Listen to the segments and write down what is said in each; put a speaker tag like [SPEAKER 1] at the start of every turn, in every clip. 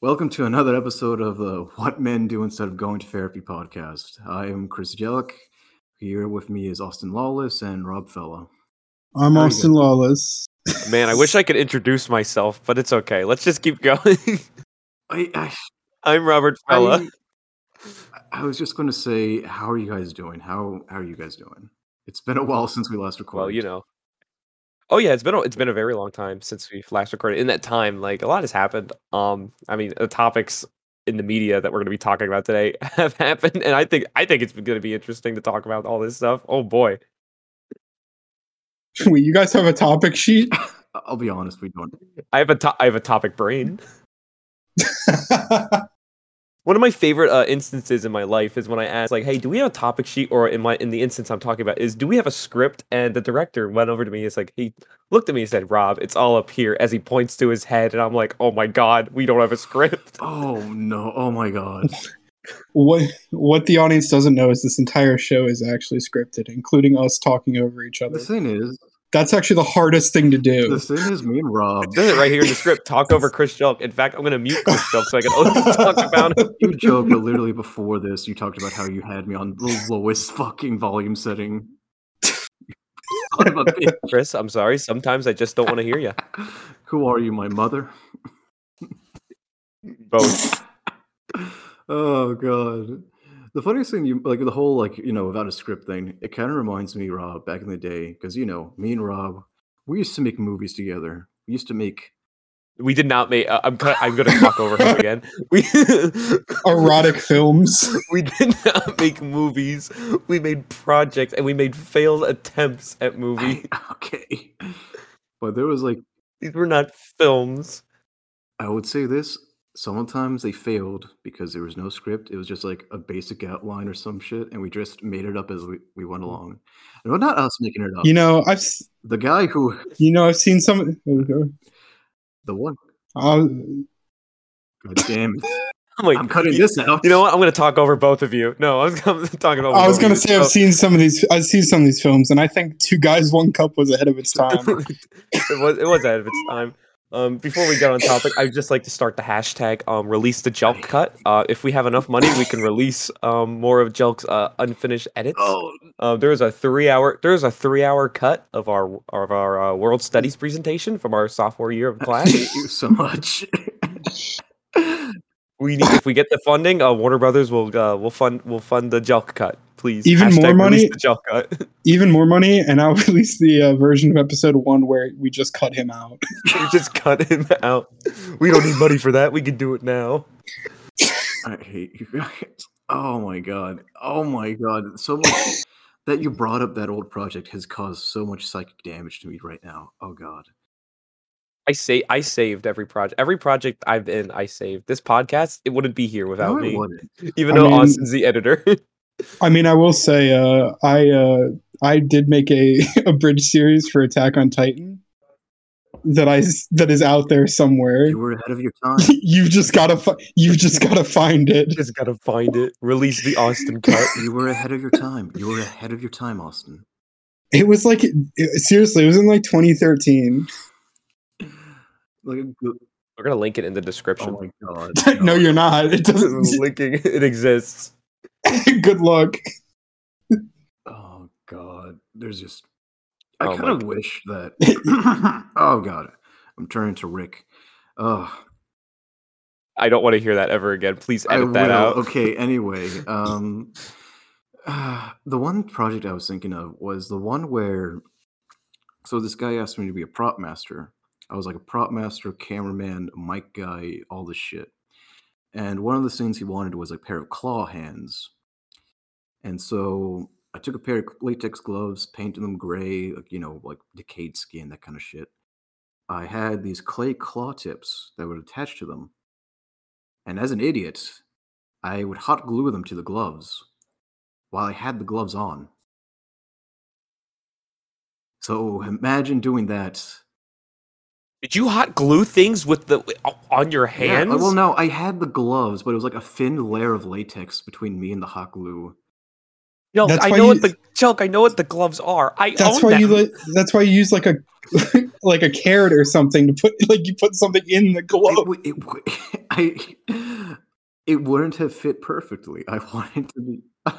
[SPEAKER 1] Welcome to another episode of the What Men Do Instead of Going to Therapy podcast. I am Chris Jellick. Here with me is Austin Lawless and Rob Fella.
[SPEAKER 2] I'm
[SPEAKER 1] Very
[SPEAKER 2] Austin
[SPEAKER 1] good.
[SPEAKER 2] Lawless.
[SPEAKER 3] Man, I wish I could introduce myself, but it's okay. Let's just keep going.
[SPEAKER 1] I, I,
[SPEAKER 3] I'm Robert Fella.
[SPEAKER 1] I, I was just going to say, how are you guys doing? How how are you guys doing? It's been a while since we last recorded.
[SPEAKER 3] well, you know. Oh yeah, it's been a, it's been a very long time since we last recorded. In that time, like a lot has happened. Um, I mean, the topics in the media that we're going to be talking about today have happened, and I think I think it's going to be interesting to talk about all this stuff. Oh boy,
[SPEAKER 2] Wait, you guys have a topic sheet?
[SPEAKER 1] I- I'll be honest, we don't.
[SPEAKER 3] I have a to- I have a topic brain. One of my favorite uh, instances in my life is when I asked, like, "Hey, do we have a topic sheet?" Or in my in the instance I'm talking about is, "Do we have a script?" And the director went over to me. He's like, he looked at me and said, "Rob, it's all up here." As he points to his head, and I'm like, "Oh my god, we don't have a script."
[SPEAKER 1] Oh no! Oh my god!
[SPEAKER 2] what what the audience doesn't know is this entire show is actually scripted, including us talking over each
[SPEAKER 1] The
[SPEAKER 2] other.
[SPEAKER 1] thing is,
[SPEAKER 2] That's actually the hardest thing to
[SPEAKER 1] the
[SPEAKER 2] do.
[SPEAKER 1] thing is, me and Rob,
[SPEAKER 3] It does it right here in the script. Talk over Chris Jelk. In fact, I'm going to mute Chris Jelk so I can only talk about him.
[SPEAKER 1] you joked but literally before this. You talked about how you had me on the lowest fucking volume setting. Son of a bitch.
[SPEAKER 3] Chris, I'm sorry. Sometimes I just don't want to hear you.
[SPEAKER 1] Who are you, my mother?
[SPEAKER 3] Both.
[SPEAKER 1] Oh god. The funniest thing you like the whole like, you know, without a script thing, it kind of reminds me, Rob, back in the day, because you know, me and Rob, we used to make movies together. We used to make
[SPEAKER 3] We did not make. Uh, I'm. cut- I'm going to talk over him again. We.
[SPEAKER 2] Erotic films.
[SPEAKER 3] We did not make movies. We made projects and we made failed attempts at movies.
[SPEAKER 1] okay. But there was like
[SPEAKER 3] These were not films.
[SPEAKER 1] I would say this, sometimes they failed because there was no script. It was just like a basic outline or some shit, and we just made it up as we, we
[SPEAKER 3] Mm.
[SPEAKER 1] went along. And well, not us making it up.
[SPEAKER 2] You know, I've s-
[SPEAKER 1] the guy who
[SPEAKER 2] you know I've seen some.
[SPEAKER 1] the one
[SPEAKER 2] Uh,
[SPEAKER 1] Oh, god damn it.
[SPEAKER 3] I'm like,
[SPEAKER 1] I'm cutting
[SPEAKER 3] you,
[SPEAKER 1] this out.
[SPEAKER 3] Oh You know what? I'm going to talk over both of you. No, I was, I'm talking over.
[SPEAKER 2] I was
[SPEAKER 3] both
[SPEAKER 2] gonna
[SPEAKER 3] of you.
[SPEAKER 2] say I've
[SPEAKER 3] Oh.
[SPEAKER 2] seen some of these. I've seen some of these films, and I think Two Guys One Cup was ahead of its time.
[SPEAKER 3] it was it was ahead of its time. Um, before we get on topic, I'd just like to start the hashtag um, release the Jelk cut. Uh, if we have enough money, we can release um, more of Jelk's uh, unfinished edits.
[SPEAKER 1] Oh
[SPEAKER 3] Uh, there was a three hour there was a three hour cut of our of our uh, world studies presentation from our sophomore year of
[SPEAKER 1] I
[SPEAKER 3] class.
[SPEAKER 1] hate you so much.
[SPEAKER 3] We need, if we get the funding, uh, Warner Brothers will uh, will fund will fund the Jelk cut, please.
[SPEAKER 2] Even more
[SPEAKER 3] release
[SPEAKER 2] money?
[SPEAKER 3] The Jelk cut.
[SPEAKER 2] Even more money, and I'll release the uh, version of episode one where we just cut him out.
[SPEAKER 3] We just cut him out. We don't need money for that. We can do it now.
[SPEAKER 1] I hate you guys. Oh my god. Oh my god. So much that you brought up that old project has caused so much psychic damage to me right now. Oh god.
[SPEAKER 3] I say I saved every project. Every project I've been, I saved. This podcast, it wouldn't be here
[SPEAKER 1] No,
[SPEAKER 3] without
[SPEAKER 1] it
[SPEAKER 3] me.
[SPEAKER 1] wouldn't.
[SPEAKER 3] Even
[SPEAKER 2] I
[SPEAKER 3] though
[SPEAKER 2] mean-
[SPEAKER 3] Austin's the editor.
[SPEAKER 2] I mean, I will say, uh, I uh, I did make a, a bridge series for Attack on Titan that I s- that is out there somewhere.
[SPEAKER 1] You were ahead of your time.
[SPEAKER 2] You've just gotta fi- you've just gotta find it.
[SPEAKER 3] just gotta find it. Release the Austin cut.
[SPEAKER 1] You were ahead of your time. You were ahead of your time, Austin.
[SPEAKER 2] It was like it, seriously, it was in like 2013.
[SPEAKER 1] Like, go-
[SPEAKER 3] We're gonna link it in the description.
[SPEAKER 1] oh my god.
[SPEAKER 2] no, you're not. It
[SPEAKER 3] We're
[SPEAKER 2] doesn't.
[SPEAKER 3] linking it exists.
[SPEAKER 2] Good luck.
[SPEAKER 1] Oh god, there's just. I
[SPEAKER 3] Oh my
[SPEAKER 1] kind of
[SPEAKER 3] g-
[SPEAKER 1] wish that. oh god, I'm turning to Rick. Oh,
[SPEAKER 3] I don't want to hear that ever again. Please
[SPEAKER 1] I
[SPEAKER 3] edit that
[SPEAKER 1] will.
[SPEAKER 3] out.
[SPEAKER 1] Okay. Anyway, um, the one project I was thinking of was the one where. So this guy asked me to be a prop master. I was like a prop master, cameraman, mic guy, all this shit. And one of the things he wanted was a pair of claw hands. And so I took a pair of latex gloves, painted them gray, like, you know, like decayed skin, that kind of shit. I had these clay claw tips that would attach to them. And as an idiot, I would hot glue them to the gloves while I had the gloves on. So imagine doing that.
[SPEAKER 3] Did you hot glue things with the on your hands?
[SPEAKER 1] Yeah, well, no, I had the gloves, but it was like a thin layer of latex between me and the hot glue.
[SPEAKER 3] No,
[SPEAKER 2] That's
[SPEAKER 3] I
[SPEAKER 2] why
[SPEAKER 3] know
[SPEAKER 2] you-
[SPEAKER 3] what the Chuck. I know what the gloves are. I
[SPEAKER 2] That's
[SPEAKER 3] own
[SPEAKER 2] why
[SPEAKER 3] them.
[SPEAKER 2] you like. That's why you use like a like a carrot or something to put like you put something in the
[SPEAKER 1] It,
[SPEAKER 2] glove.
[SPEAKER 1] w- it, w- I, it wouldn't have fit perfectly. I wanted to be. I,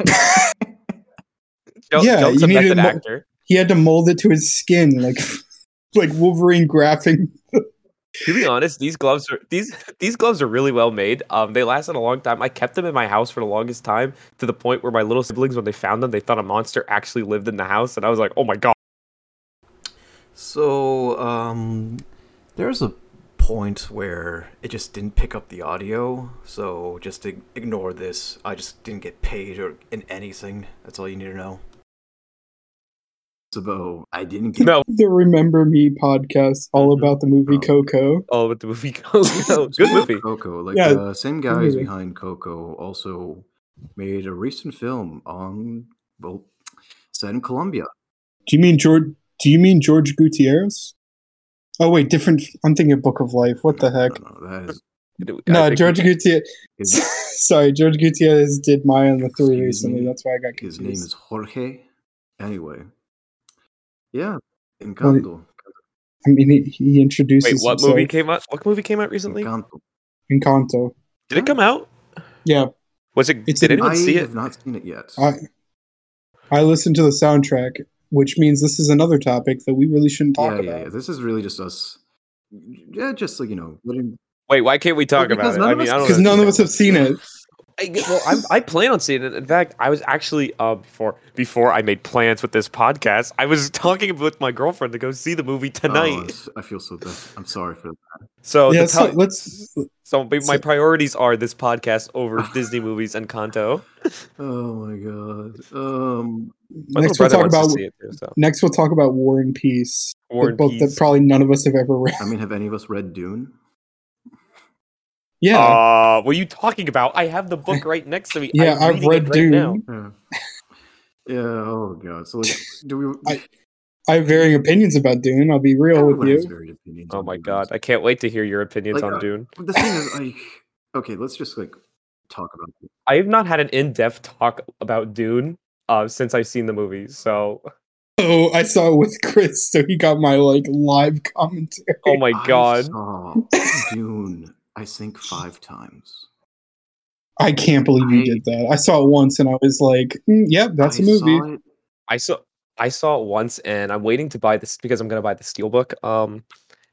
[SPEAKER 3] Chuck-
[SPEAKER 2] Yeah,
[SPEAKER 3] Chuck's
[SPEAKER 2] you
[SPEAKER 3] a
[SPEAKER 2] need
[SPEAKER 3] method
[SPEAKER 2] to mo-
[SPEAKER 3] actor.
[SPEAKER 2] He had to mold it to his skin, like like Wolverine graphing.
[SPEAKER 3] To be honest, these gloves are these these gloves are really well made. Um, they lasted a long time. I kept them in my house for the longest time to the point where my little siblings, when they found them, they thought a monster actually lived in the house, and I was like, oh my god.
[SPEAKER 1] so um, there's a point where it just didn't pick up the audio. So just to ignore this. I just didn't get paid or in anything. That's all you need to know. So I didn't get.
[SPEAKER 3] No,
[SPEAKER 2] The Remember Me podcast, all about the movie
[SPEAKER 1] Oh.
[SPEAKER 2] Coco.
[SPEAKER 3] oh, but the movie Coco, good movie.
[SPEAKER 1] Coco, like
[SPEAKER 2] Yeah,
[SPEAKER 1] the same guys
[SPEAKER 2] movie.
[SPEAKER 1] behind Coco, also made a recent film on well, set in Colombia.
[SPEAKER 2] Do you mean George? Do you mean George Gutierrez? Oh wait, different. I'm thinking of Book of Life. What the heck?
[SPEAKER 1] No, no, that is,
[SPEAKER 3] I
[SPEAKER 2] No,
[SPEAKER 3] think
[SPEAKER 2] George Gutierrez.
[SPEAKER 1] his,
[SPEAKER 2] Sorry, George Gutierrez did Maya and the Three
[SPEAKER 1] Excuse
[SPEAKER 2] recently.
[SPEAKER 1] me.
[SPEAKER 2] That's why I got
[SPEAKER 1] his
[SPEAKER 2] confused.
[SPEAKER 1] name is Jorge. Anyway, yeah, Encanto.
[SPEAKER 2] I mean, he, he introduces
[SPEAKER 3] Wait, what
[SPEAKER 2] himself
[SPEAKER 3] movie came out? What movie came out recently?
[SPEAKER 1] Encanto.
[SPEAKER 2] in Kanto.
[SPEAKER 3] Did it come out?
[SPEAKER 2] Yeah,
[SPEAKER 3] Was it?
[SPEAKER 2] It's
[SPEAKER 3] did
[SPEAKER 2] an-
[SPEAKER 3] anyone
[SPEAKER 1] I
[SPEAKER 3] see it?
[SPEAKER 1] have not seen it yet.
[SPEAKER 2] I I listened to the soundtrack, which means this is another topic that we really shouldn't talk
[SPEAKER 1] yeah,
[SPEAKER 2] about.
[SPEAKER 1] yeah, yeah. This is really just us. Yeah, just like you know, letting,
[SPEAKER 3] Wait, why can't we talk
[SPEAKER 1] because
[SPEAKER 3] about it?
[SPEAKER 1] none
[SPEAKER 3] I
[SPEAKER 1] of
[SPEAKER 3] mean,
[SPEAKER 1] us-
[SPEAKER 3] I don't
[SPEAKER 2] Because
[SPEAKER 3] know.
[SPEAKER 2] none of us have seen it.
[SPEAKER 3] I, well, I'm, I plan on seeing it. In fact, I was actually uh, before before I made plans with this podcast. I was talking with my girlfriend to go see the movie
[SPEAKER 1] Oh,
[SPEAKER 3] tonight.
[SPEAKER 1] it's- I feel so bad. I'm sorry for that.
[SPEAKER 3] so
[SPEAKER 2] yeah,
[SPEAKER 3] Oh, the
[SPEAKER 2] so
[SPEAKER 3] tele-
[SPEAKER 2] let's.
[SPEAKER 3] so my my
[SPEAKER 2] so-
[SPEAKER 3] priorities are this podcast over Disney movies and Kanto.
[SPEAKER 1] Oh my god. Um,
[SPEAKER 3] My
[SPEAKER 2] Next we'll
[SPEAKER 3] little brother
[SPEAKER 2] talk
[SPEAKER 3] wants
[SPEAKER 2] about
[SPEAKER 3] to see it too. So
[SPEAKER 2] next we'll talk about War and Peace.
[SPEAKER 3] War
[SPEAKER 2] the
[SPEAKER 3] and
[SPEAKER 2] book that
[SPEAKER 3] Peace.
[SPEAKER 2] probably none of us have ever read.
[SPEAKER 1] I mean, have any of us read Dune?
[SPEAKER 2] Yeah,
[SPEAKER 3] Uh, what are you talking about? I have the book right next to me.
[SPEAKER 2] yeah, I've
[SPEAKER 3] I'm reading it
[SPEAKER 2] read
[SPEAKER 3] right
[SPEAKER 2] Dune.
[SPEAKER 3] now.
[SPEAKER 1] Yeah. Yeah. Oh god. So like, do we?
[SPEAKER 2] I- I have varying opinions about Dune. I'll be real
[SPEAKER 1] everyone
[SPEAKER 2] with
[SPEAKER 1] has
[SPEAKER 2] you.
[SPEAKER 1] varied opinions
[SPEAKER 3] Oh
[SPEAKER 1] on
[SPEAKER 3] my
[SPEAKER 1] Dune,
[SPEAKER 3] god,
[SPEAKER 1] so-
[SPEAKER 3] I can't wait to hear your opinions
[SPEAKER 1] Like,
[SPEAKER 3] on
[SPEAKER 1] uh,
[SPEAKER 3] Dune.
[SPEAKER 1] But the thing is, like, okay, let's just like talk about it.
[SPEAKER 3] I have not had an in-depth talk about Dune uh, since I've seen the movie. So,
[SPEAKER 2] Oh, I saw it with Chris, so he got my like live commentary.
[SPEAKER 3] oh my
[SPEAKER 1] I
[SPEAKER 3] god,
[SPEAKER 1] saw Dune. I think five times.
[SPEAKER 2] I can't believe you
[SPEAKER 1] I-
[SPEAKER 2] did that. I saw it once, and I was like, mm, "Yep, that's
[SPEAKER 1] I
[SPEAKER 2] a movie."
[SPEAKER 1] saw it-
[SPEAKER 3] I saw I saw it once, and I'm waiting to buy this because I'm gonna buy the steelbook. Um,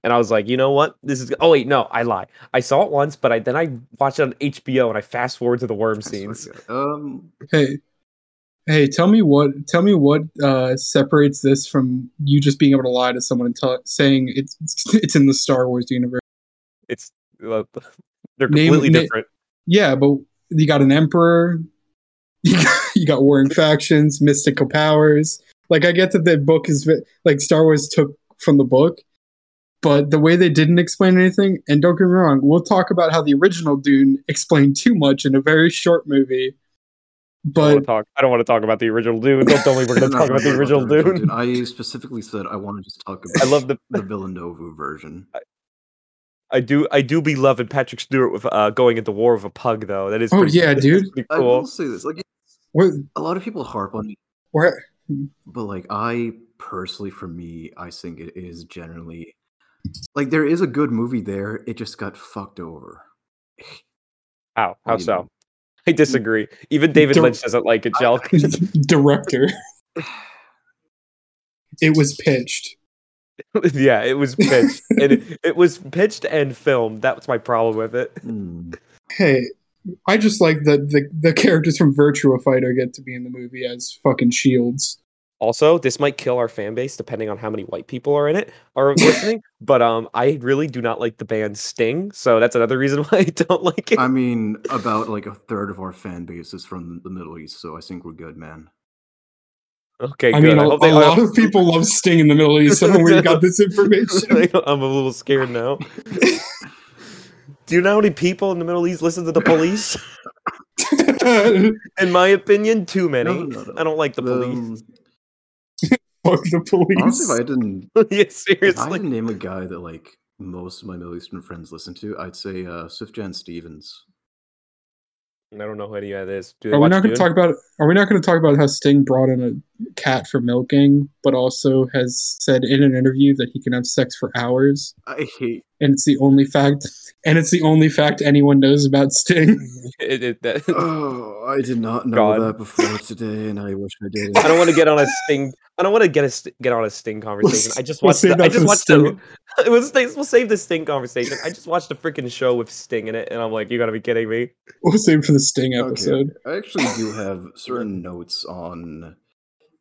[SPEAKER 3] and I was like, you know what? This is. Oh wait, no, I lie. I saw it once, but I then I watched it on HBO and I fast forward to the worm
[SPEAKER 1] I swear to
[SPEAKER 3] scenes.
[SPEAKER 1] God. Um,
[SPEAKER 2] Hey, hey, tell me what tell me what uh, separates this from you just being able to lie to someone and tell, saying it's it's in the Star Wars universe.
[SPEAKER 3] It's uh, they're
[SPEAKER 2] Name-
[SPEAKER 3] completely
[SPEAKER 2] na-
[SPEAKER 3] different.
[SPEAKER 2] Yeah, but you got an emperor, you got, you got warring factions, mystical powers. Like I get that the book is ve- like Star Wars took from the book, but the way they didn't explain anything. And don't get me wrong, we'll talk about how the original Dune explained too much in a very short movie.
[SPEAKER 3] I don't
[SPEAKER 2] But
[SPEAKER 3] want to talk. I don't want to talk about the original Dune. Don't tell me we're
[SPEAKER 1] no,
[SPEAKER 3] gonna
[SPEAKER 1] no,
[SPEAKER 3] talk about the
[SPEAKER 1] no,
[SPEAKER 3] original
[SPEAKER 1] no, no,
[SPEAKER 3] Dune.
[SPEAKER 1] I specifically said I want to just talk
[SPEAKER 3] I
[SPEAKER 1] about
[SPEAKER 3] love the.
[SPEAKER 1] the Villanova version.
[SPEAKER 3] I do. I do be loving Patrick Stewart with uh, going into war with a pug though. That is.
[SPEAKER 2] Oh,
[SPEAKER 3] pretty-
[SPEAKER 2] yeah,
[SPEAKER 3] that's
[SPEAKER 2] dude.
[SPEAKER 3] pretty
[SPEAKER 1] I will
[SPEAKER 3] cool.
[SPEAKER 1] say this: like,
[SPEAKER 2] we're,
[SPEAKER 1] a lot of people harp on it,
[SPEAKER 2] we're
[SPEAKER 1] but like, I personally, for me, I think it is generally like there is a good movie there. It just got fucked over.
[SPEAKER 3] How?
[SPEAKER 1] What
[SPEAKER 3] How
[SPEAKER 1] do you
[SPEAKER 3] so? I disagree. Even David
[SPEAKER 2] Don't-
[SPEAKER 3] Lynch doesn't like it, Jel.
[SPEAKER 2] director. It was pitched.
[SPEAKER 3] yeah, it was pitched, and it, it was pitched and filmed. That was my problem with it.
[SPEAKER 1] Hmm.
[SPEAKER 2] Hey, I just like that the, the characters from Virtua Fighter get to be in the movie as fucking shields.
[SPEAKER 3] Also, this might kill our fan base depending on how many white people are in it or listening. but um, I really do not like the band Sting, so that's another reason why I don't like it.
[SPEAKER 1] I mean, about like a third of our fan base is from the Middle East, so I think we're good, man.
[SPEAKER 3] okay,
[SPEAKER 2] I
[SPEAKER 3] good.
[SPEAKER 2] mean, a,
[SPEAKER 3] I hope they-
[SPEAKER 2] a
[SPEAKER 3] I
[SPEAKER 2] lot
[SPEAKER 3] hope-
[SPEAKER 2] of people love Sting in the Middle East. I don't know where you got this information.
[SPEAKER 3] I'm a little scared now. do you know how many people in the Middle East listen to the police? In my opinion, too many.
[SPEAKER 1] No, no, no.
[SPEAKER 3] I don't like the police.
[SPEAKER 1] Um,
[SPEAKER 2] Fuck the
[SPEAKER 1] honestly, if
[SPEAKER 2] police.
[SPEAKER 1] I didn't,
[SPEAKER 3] yeah,
[SPEAKER 1] if I
[SPEAKER 3] seriously.
[SPEAKER 1] didn't name a guy that like most of my Middle Eastern friends listen to, I'd say uh, Swift Jan Stevens.
[SPEAKER 3] I don't know who any of that is. Do they
[SPEAKER 2] Are we
[SPEAKER 3] watch
[SPEAKER 2] not going
[SPEAKER 3] Dune?
[SPEAKER 2] to talk about? Are we not going to talk about how Sting brought in a cat for milking, but also has said in an interview that he can have sex for hours,
[SPEAKER 1] I hate.
[SPEAKER 2] and it's the only fact, and it's the only fact anyone knows about Sting.
[SPEAKER 3] It- it- that-
[SPEAKER 1] Oh, I did not know
[SPEAKER 3] God.
[SPEAKER 1] that before today, and I wish I did.
[SPEAKER 3] I don't want to get on a sting. I don't want to get a st- get on a sting conversation. I just
[SPEAKER 2] We'll
[SPEAKER 3] watched.
[SPEAKER 2] save
[SPEAKER 3] the, I
[SPEAKER 2] that for
[SPEAKER 3] just
[SPEAKER 2] the
[SPEAKER 3] watched
[SPEAKER 2] Sting.
[SPEAKER 3] the. It was, we'll save the sting conversation. I just watched a freaking show with Sting in it, and I'm like, you gotta be kidding me.
[SPEAKER 2] We'll save it for the Sting
[SPEAKER 1] Okay.
[SPEAKER 2] episode.
[SPEAKER 1] I actually do have certain notes on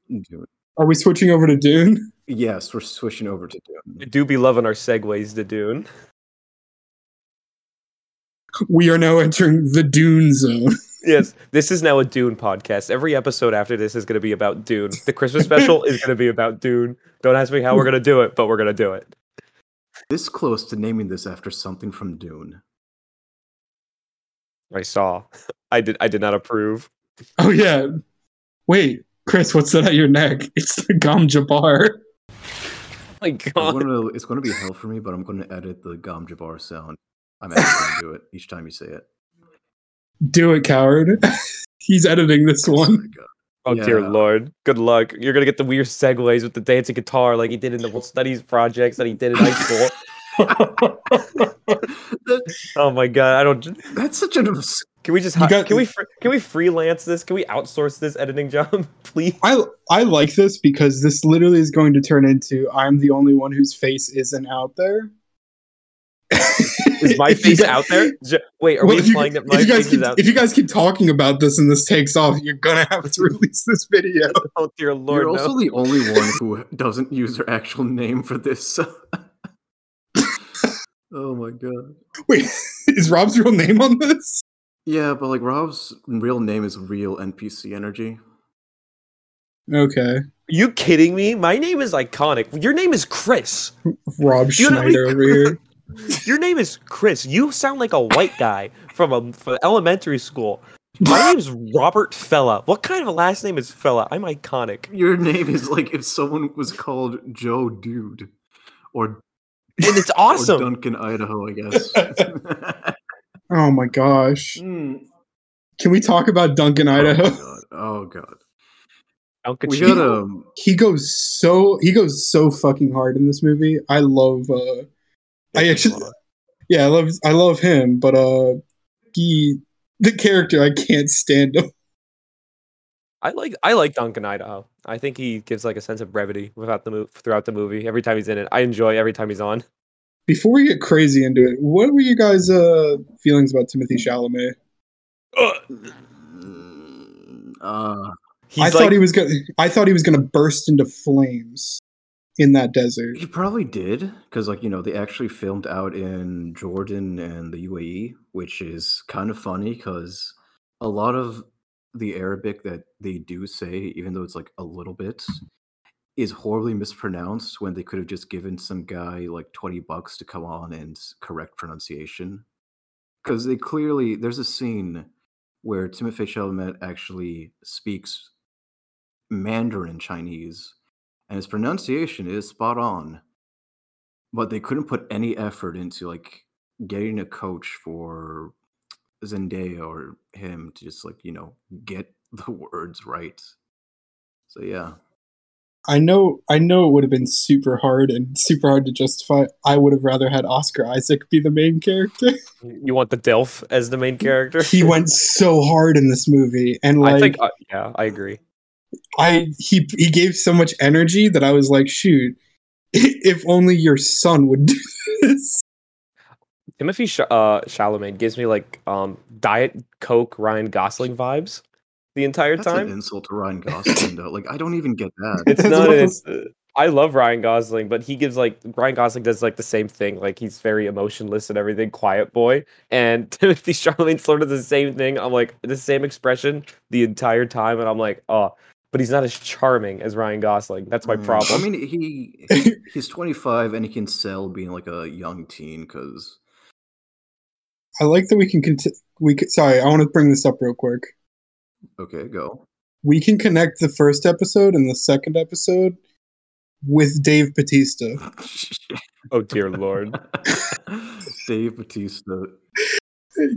[SPEAKER 1] Dune.
[SPEAKER 2] Are we switching over to Dune?
[SPEAKER 1] Yes, we're switching over to
[SPEAKER 3] We
[SPEAKER 1] Dune.
[SPEAKER 3] do be loving our segues to Dune.
[SPEAKER 2] We are now entering the Dune zone.
[SPEAKER 3] Yes, this is now a Dune podcast. Every episode after this is gonna be about Dune. The Christmas special is gonna be about Dune. Don't ask me how we're gonna do it, but we're gonna do it.
[SPEAKER 1] This close to naming this after something from Dune.
[SPEAKER 3] I saw. I did. I did not approve.
[SPEAKER 2] Oh yeah. Wait, Chris, what's that at your neck? It's the Gom Jabbar.
[SPEAKER 3] my
[SPEAKER 1] I'm
[SPEAKER 3] God.
[SPEAKER 1] gonna, it's going to be hell for me, but I'm going to edit the Gom Jabbar sound. I'm actually going to do it each time you say it.
[SPEAKER 2] Do it, coward. He's editing this one.
[SPEAKER 3] Oh dear
[SPEAKER 1] Yeah.
[SPEAKER 3] lord. Good luck. You're gonna get the weird segues with the dancing guitar like he did in the world studies projects that he did in high school.
[SPEAKER 1] That-
[SPEAKER 3] Oh my god, I don't
[SPEAKER 1] that's such an obs-
[SPEAKER 3] can we just
[SPEAKER 2] You
[SPEAKER 3] hi-
[SPEAKER 2] got-
[SPEAKER 3] can we fr- can we freelance this? Can we outsource this editing job, please?
[SPEAKER 2] I I like this because this literally is going to turn into I'm the only one whose face isn't out there.
[SPEAKER 3] Is my
[SPEAKER 2] If you
[SPEAKER 3] face
[SPEAKER 2] gu-
[SPEAKER 3] out there? Ju- Wait, are
[SPEAKER 2] Well,
[SPEAKER 3] we
[SPEAKER 2] if you-
[SPEAKER 3] implying that my
[SPEAKER 2] if you guys
[SPEAKER 3] face
[SPEAKER 2] keep,
[SPEAKER 3] is out
[SPEAKER 2] if you guys keep talking about this and this takes off, you're gonna have to release this video.
[SPEAKER 3] Oh dear lord,
[SPEAKER 1] You're
[SPEAKER 3] no.
[SPEAKER 1] also the only one who doesn't use their actual name for this. oh my god.
[SPEAKER 2] Wait, is Rob's real name on this?
[SPEAKER 1] Yeah, but like Rob's real name is real NPC energy.
[SPEAKER 2] Okay,
[SPEAKER 3] you kidding me? My name is iconic. Your name is Chris.
[SPEAKER 2] Rob
[SPEAKER 3] You know what I mean?
[SPEAKER 2] Schneider over here.
[SPEAKER 3] Your name is Chris. You sound like a white guy from a from elementary school. My name's Robert Fella. What kind of a last name is Fella? I'm iconic.
[SPEAKER 1] Your name is like if someone was called Joe Dude or,
[SPEAKER 3] and it's
[SPEAKER 1] or
[SPEAKER 3] awesome.
[SPEAKER 1] Duncan, Idaho, I guess.
[SPEAKER 2] Oh my gosh!
[SPEAKER 1] Hmm.
[SPEAKER 2] Can we talk about Duncan
[SPEAKER 1] Oh
[SPEAKER 2] Idaho?
[SPEAKER 1] god. Oh god.
[SPEAKER 3] Duncan
[SPEAKER 1] We
[SPEAKER 3] Sheep.
[SPEAKER 1] got um
[SPEAKER 2] He goes so he goes so fucking hard in this movie. I love. uh I actually, yeah, I love I love him, but uh, he the character I can't stand him.
[SPEAKER 3] I like I like Duncan Idaho. I think he gives like a sense of brevity without the move throughout the movie. Every time he's in it, I enjoy every time he's on.
[SPEAKER 2] Before we get crazy into it, what were you guys' uh feelings about Timothy Chalamet? Uh,
[SPEAKER 1] mm, uh
[SPEAKER 3] He's
[SPEAKER 2] I
[SPEAKER 3] like,
[SPEAKER 2] thought he was gonna I thought he was gonna burst into flames in that desert.
[SPEAKER 1] He probably did, because like you know they actually filmed out in Jordan and the UAE, which is kind of funny because a lot of the Arabic that they do say, even though it's like a little bit, is horribly mispronounced when they could have just given some guy like twenty bucks to come on and s- correct pronunciation. Because they clearly there's a scene where Timothy Chalamet actually speaks Mandarin Chinese and his pronunciation is spot on. But they couldn't put any effort into like getting a coach for Zendaya or him to just like you know get the words right. So yeah,
[SPEAKER 2] I know I know it would have been super hard and super hard to justify. I would have rather had Oscar Isaac be the main character.
[SPEAKER 3] you want the Delph as the main character.
[SPEAKER 2] he went so hard in this movie and like
[SPEAKER 3] I
[SPEAKER 2] I,
[SPEAKER 3] think uh, yeah, I agree.
[SPEAKER 2] he he gave so much energy that I was like, shoot, if only your son would do this.
[SPEAKER 3] Timothy Sh- uh, Chalamet gives me like um Diet Coke Ryan Gosling vibes the entire
[SPEAKER 1] that's
[SPEAKER 3] time.
[SPEAKER 1] an insult to Ryan Gosling though. Like I don't even get that.
[SPEAKER 3] It's
[SPEAKER 2] That's
[SPEAKER 3] not.
[SPEAKER 2] what
[SPEAKER 3] It's, I love Ryan Gosling, but he gives like Ryan Gosling does like the same thing. Like he's very emotionless and everything, quiet boy. And Timothy Charlamagne's sort of the same thing. I'm like the same expression the entire time, and I'm like, oh, but he's not as charming as Ryan Gosling. That's my
[SPEAKER 1] Mm,
[SPEAKER 3] problem.
[SPEAKER 1] I mean, he he's 25 and he can sell being like a young teen because
[SPEAKER 2] I like that we can conti- we could, sorry, I want to bring this up real quick.
[SPEAKER 1] okay, go.
[SPEAKER 2] We can connect the first episode and the second episode with Dave Batista.
[SPEAKER 3] oh dear lord.
[SPEAKER 1] Dave Batista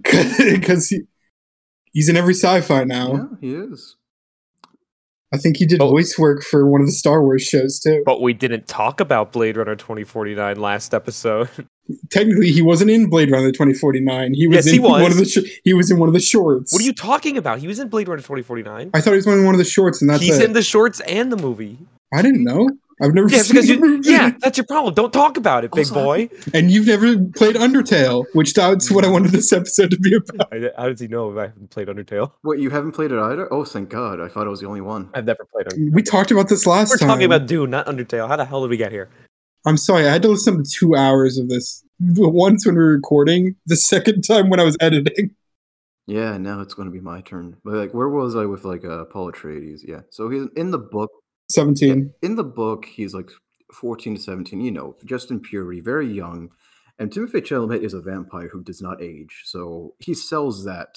[SPEAKER 2] because he He's in every sci-fi now.
[SPEAKER 1] Yeah, he is.
[SPEAKER 2] I think he did
[SPEAKER 3] Oh.
[SPEAKER 2] voice work for one of the Star Wars shows too.
[SPEAKER 3] But we didn't talk about Blade Runner 2049 last episode.
[SPEAKER 2] Technically, he wasn't in Blade Runner 2049. He was
[SPEAKER 3] Yes,
[SPEAKER 2] in
[SPEAKER 3] he was.
[SPEAKER 2] one of the sh- he was in one of the shorts.
[SPEAKER 3] What are you talking about? He was in Blade Runner 2049.
[SPEAKER 2] I thought he was in one of the shorts, and that's
[SPEAKER 3] He's
[SPEAKER 2] it.
[SPEAKER 3] in the shorts and the movie.
[SPEAKER 2] I didn't know. I've never
[SPEAKER 3] Yeah,
[SPEAKER 2] seen
[SPEAKER 3] because
[SPEAKER 2] the
[SPEAKER 3] you,
[SPEAKER 2] movie.
[SPEAKER 3] yeah, that's your problem. Don't talk about it, big
[SPEAKER 1] Also,
[SPEAKER 3] boy.
[SPEAKER 2] and you've never played Undertale, which that's what I wanted this episode to be about.
[SPEAKER 3] I- How does he know if I haven't played Undertale?
[SPEAKER 1] Wait, you haven't played it either? Oh, thank God! I thought I was the only one.
[SPEAKER 3] I've never played Undertale.
[SPEAKER 2] We talked about this last
[SPEAKER 3] We're
[SPEAKER 2] time.
[SPEAKER 3] talking about Dune, not Undertale. How the hell did we get here?
[SPEAKER 2] I'm sorry, I had to listen to two hours of this. The Once when we were recording, the second time when I was editing.
[SPEAKER 1] Yeah, now it's going to be my turn. But like, where was I with like uh, Paul Atreides? Yeah, so he's in the book.
[SPEAKER 2] 17.
[SPEAKER 1] In the book, he's like fourteen to seventeen. You know, just in puberty, very young. And Timothy Chalamet is a vampire who does not age, so he sells that.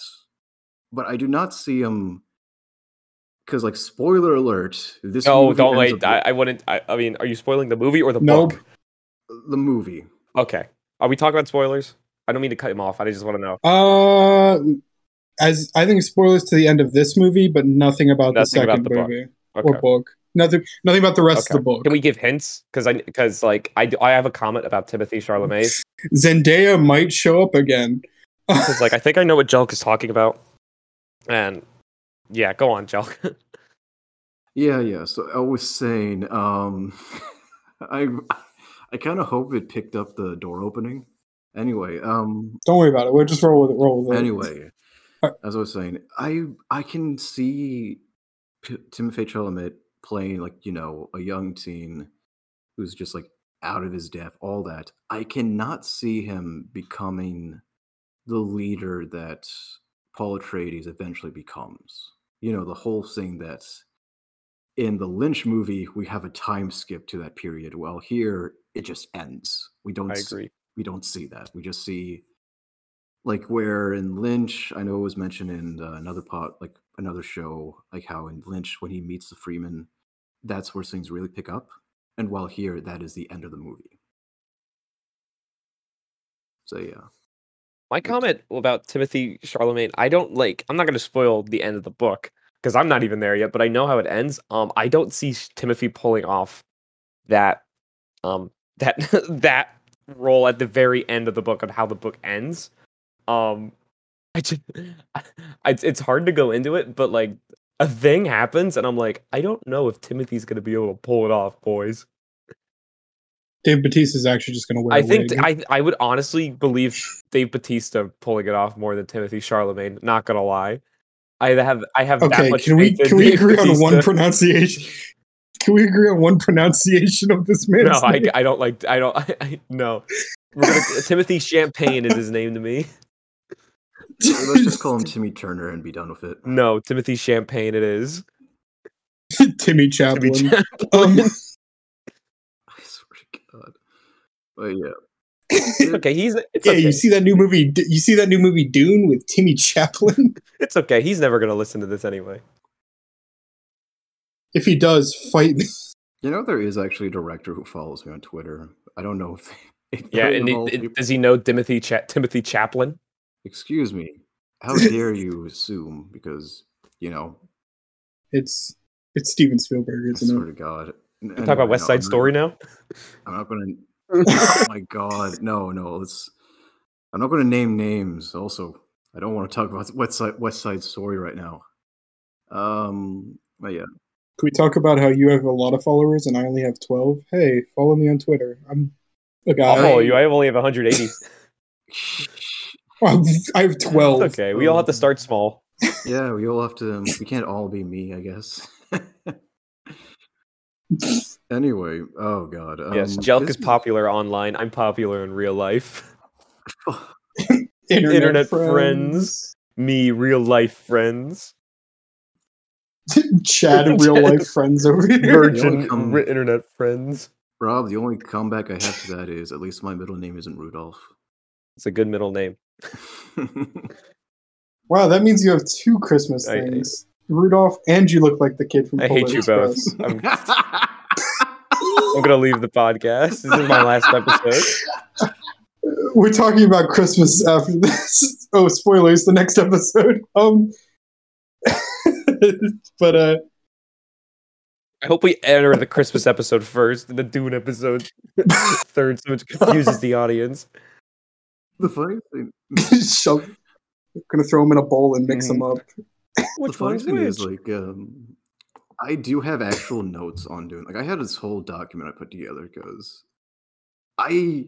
[SPEAKER 1] But I do not see him because, like, spoiler alert: this
[SPEAKER 3] No,
[SPEAKER 1] movie
[SPEAKER 3] don't
[SPEAKER 1] ends
[SPEAKER 3] wait.
[SPEAKER 1] up
[SPEAKER 3] I,
[SPEAKER 1] with-
[SPEAKER 3] I wouldn't. I, I mean, are you spoiling the movie or the
[SPEAKER 2] Nope.
[SPEAKER 3] book?
[SPEAKER 1] the movie.
[SPEAKER 3] Okay. Are we talking about spoilers? I don't mean to cut him off. I just want to know
[SPEAKER 2] Uh, as I think spoilers to the end of this movie, but nothing about the
[SPEAKER 3] Nothing
[SPEAKER 2] second
[SPEAKER 3] about the book.
[SPEAKER 2] movie
[SPEAKER 3] okay.
[SPEAKER 2] or book. Nothing, nothing about the rest
[SPEAKER 3] Okay.
[SPEAKER 2] of the book.
[SPEAKER 3] Can we give hints? Because I because like I, do- I have a comment about Timothy Charlemagne
[SPEAKER 2] Zendaya might show up again.
[SPEAKER 3] because like I think I know what Jelk is talking about, and yeah, go on, Jelk.
[SPEAKER 1] Yeah, yeah. So I was saying, um, I I kind of hope it picked up the door opening. Anyway, um,
[SPEAKER 2] Don't worry about it. We'll just roll with it. Roll with it.
[SPEAKER 1] anyway,
[SPEAKER 2] Uh,
[SPEAKER 1] as I was saying, I I can see P- Timothy Chalamet playing like you know a young teen who's just like out of his depth, all that. I cannot see him becoming the leader that Paul Atreides eventually becomes. You know, the whole thing that in the Lynch movie we have a time skip to that period. Well, here it just ends. We don't
[SPEAKER 3] I
[SPEAKER 1] s-
[SPEAKER 3] agree.
[SPEAKER 1] we don't see that. We just see like where in Lynch, I know it was mentioned in uh, another pot, like another show, like how in Lynch when he meets the Freeman, that's where things really pick up. And while here, that is the end of the movie. So yeah,
[SPEAKER 3] My comment about Timothy Charlemagne, I don't like. I'm not going to spoil the end of the book because I'm not even there yet, but I know how it ends. Um, I don't see s- Timothy pulling off that, um, that that role at the very end of the book on how the book ends. Um, I just, I, it's it's hard to go into it, but like a thing happens, and I'm like, I don't know if Timothy's going to be able to pull it off, boys.
[SPEAKER 2] Dave Batista is actually just going to wear.
[SPEAKER 3] I
[SPEAKER 2] a
[SPEAKER 3] think
[SPEAKER 2] wig.
[SPEAKER 3] I I would honestly believe Dave Batista pulling it off more than Timothy Charlemagne. Not gonna lie, I have I have that
[SPEAKER 2] Okay,
[SPEAKER 3] much.
[SPEAKER 2] can we
[SPEAKER 3] faith in
[SPEAKER 2] can we
[SPEAKER 3] Dave
[SPEAKER 2] agree on one
[SPEAKER 3] Bautista.
[SPEAKER 2] pronunciation? Can we agree on one pronunciation of this man's
[SPEAKER 3] No, I,
[SPEAKER 2] name?
[SPEAKER 3] I don't like I don't I, I no. We're gonna- Timothy Champagne is his name to me.
[SPEAKER 1] let's just call him Timmy Turner and be done with it.
[SPEAKER 3] No, Timothy Champagne it is.
[SPEAKER 2] Timmy
[SPEAKER 3] Timmy
[SPEAKER 2] Chaplin.
[SPEAKER 3] Cha-
[SPEAKER 2] um,
[SPEAKER 1] I swear to God. But yeah,
[SPEAKER 3] okay, he's it's
[SPEAKER 2] yeah,
[SPEAKER 3] okay.
[SPEAKER 2] you see that new movie. You see that new movie Dune with Timmy Chaplin.
[SPEAKER 3] It's okay. He's never gonna listen to this anyway.
[SPEAKER 2] If he does fight, me.
[SPEAKER 1] you know there is actually a director who follows me on Twitter. I don't know if, if
[SPEAKER 3] Yeah,
[SPEAKER 1] they're
[SPEAKER 3] and
[SPEAKER 1] involved
[SPEAKER 3] it-
[SPEAKER 1] in-
[SPEAKER 3] it- does he know Timothy Cha- Timothy Chaplin?
[SPEAKER 1] Excuse me. How dare you assume? Because you know,
[SPEAKER 2] it's it's Steven Spielberg,
[SPEAKER 1] I swear
[SPEAKER 2] isn't
[SPEAKER 1] to God.
[SPEAKER 3] We talk about West Side Story now.
[SPEAKER 1] I'm not gonna.
[SPEAKER 2] it?
[SPEAKER 1] Oh my God, no, no. Let's. I'm not gonna name names. Also, I don't want to talk about West Side West Side Story right now. Um. But yeah,
[SPEAKER 2] Can we talk about how you have a lot of followers and I only have twelve? Hey, follow me on Twitter. I'm a
[SPEAKER 3] I'll
[SPEAKER 2] guy.
[SPEAKER 3] follow Oh, you. I only have 180.
[SPEAKER 2] I'm- I have twelve.
[SPEAKER 3] It's Oh. okay. We all have to start small.
[SPEAKER 1] yeah. We all have to. We can't all be me, I guess. anyway, oh God. Um,
[SPEAKER 3] yes, Jelk
[SPEAKER 1] this
[SPEAKER 3] is popular online. I'm popular in real life.
[SPEAKER 2] Internet,
[SPEAKER 3] Internet friends. Me, real life friends.
[SPEAKER 2] friends. Chad, real life friends over here.
[SPEAKER 3] Virgin
[SPEAKER 1] come-
[SPEAKER 3] ri- internet friends.
[SPEAKER 1] Rob, the only comeback I have to that is at least my middle name isn't Rudolph.
[SPEAKER 3] It's a good middle name.
[SPEAKER 2] Wow, that means you have two Christmas
[SPEAKER 3] I- I-
[SPEAKER 2] things. Rudolph, and you look like the kid from.
[SPEAKER 3] I hate
[SPEAKER 2] Polar
[SPEAKER 3] you both.
[SPEAKER 2] Express.
[SPEAKER 3] I'm, I'm gonna leave the podcast. This is my last episode.
[SPEAKER 2] We're talking about Christmas after this. Oh, spoilers! The next episode. Um, but uh,
[SPEAKER 3] I hope we enter the Christmas episode first, the Dune episode third, so it confuses the audience.
[SPEAKER 1] The funny thing,
[SPEAKER 2] so gonna throw them in a bowl and mix them
[SPEAKER 3] Mm-hmm.
[SPEAKER 2] up.
[SPEAKER 1] the funny thing is, like, um, I do have actual notes on doing. Like, I had this whole document I put together because I. I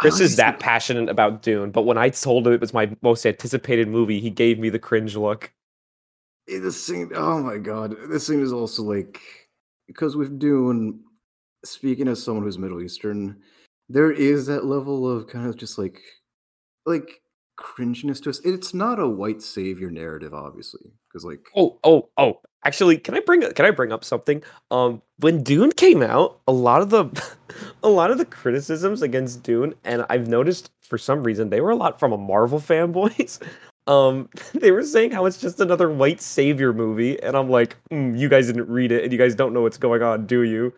[SPEAKER 3] Chris is
[SPEAKER 1] honestly-
[SPEAKER 3] that passionate about Dune, but when I told him it was my most anticipated movie, he gave me the cringe look.
[SPEAKER 1] Eh, this scene oh my god this scene is also like because with dune speaking as someone who's middle eastern there is that level of kind of just like like cringiness to us it's not a white savior narrative obviously because like
[SPEAKER 3] Oh, oh, oh! Actually, can I bring can I bring up something? Um, when Dune came out, a lot of the a lot of the criticisms against Dune, and I've noticed for some reason they were a lot from a Marvel fanboys. Um, they were saying how it's just another white savior movie, and I'm like, "Mm, you guys didn't read it, and you guys don't know what's going on, do you?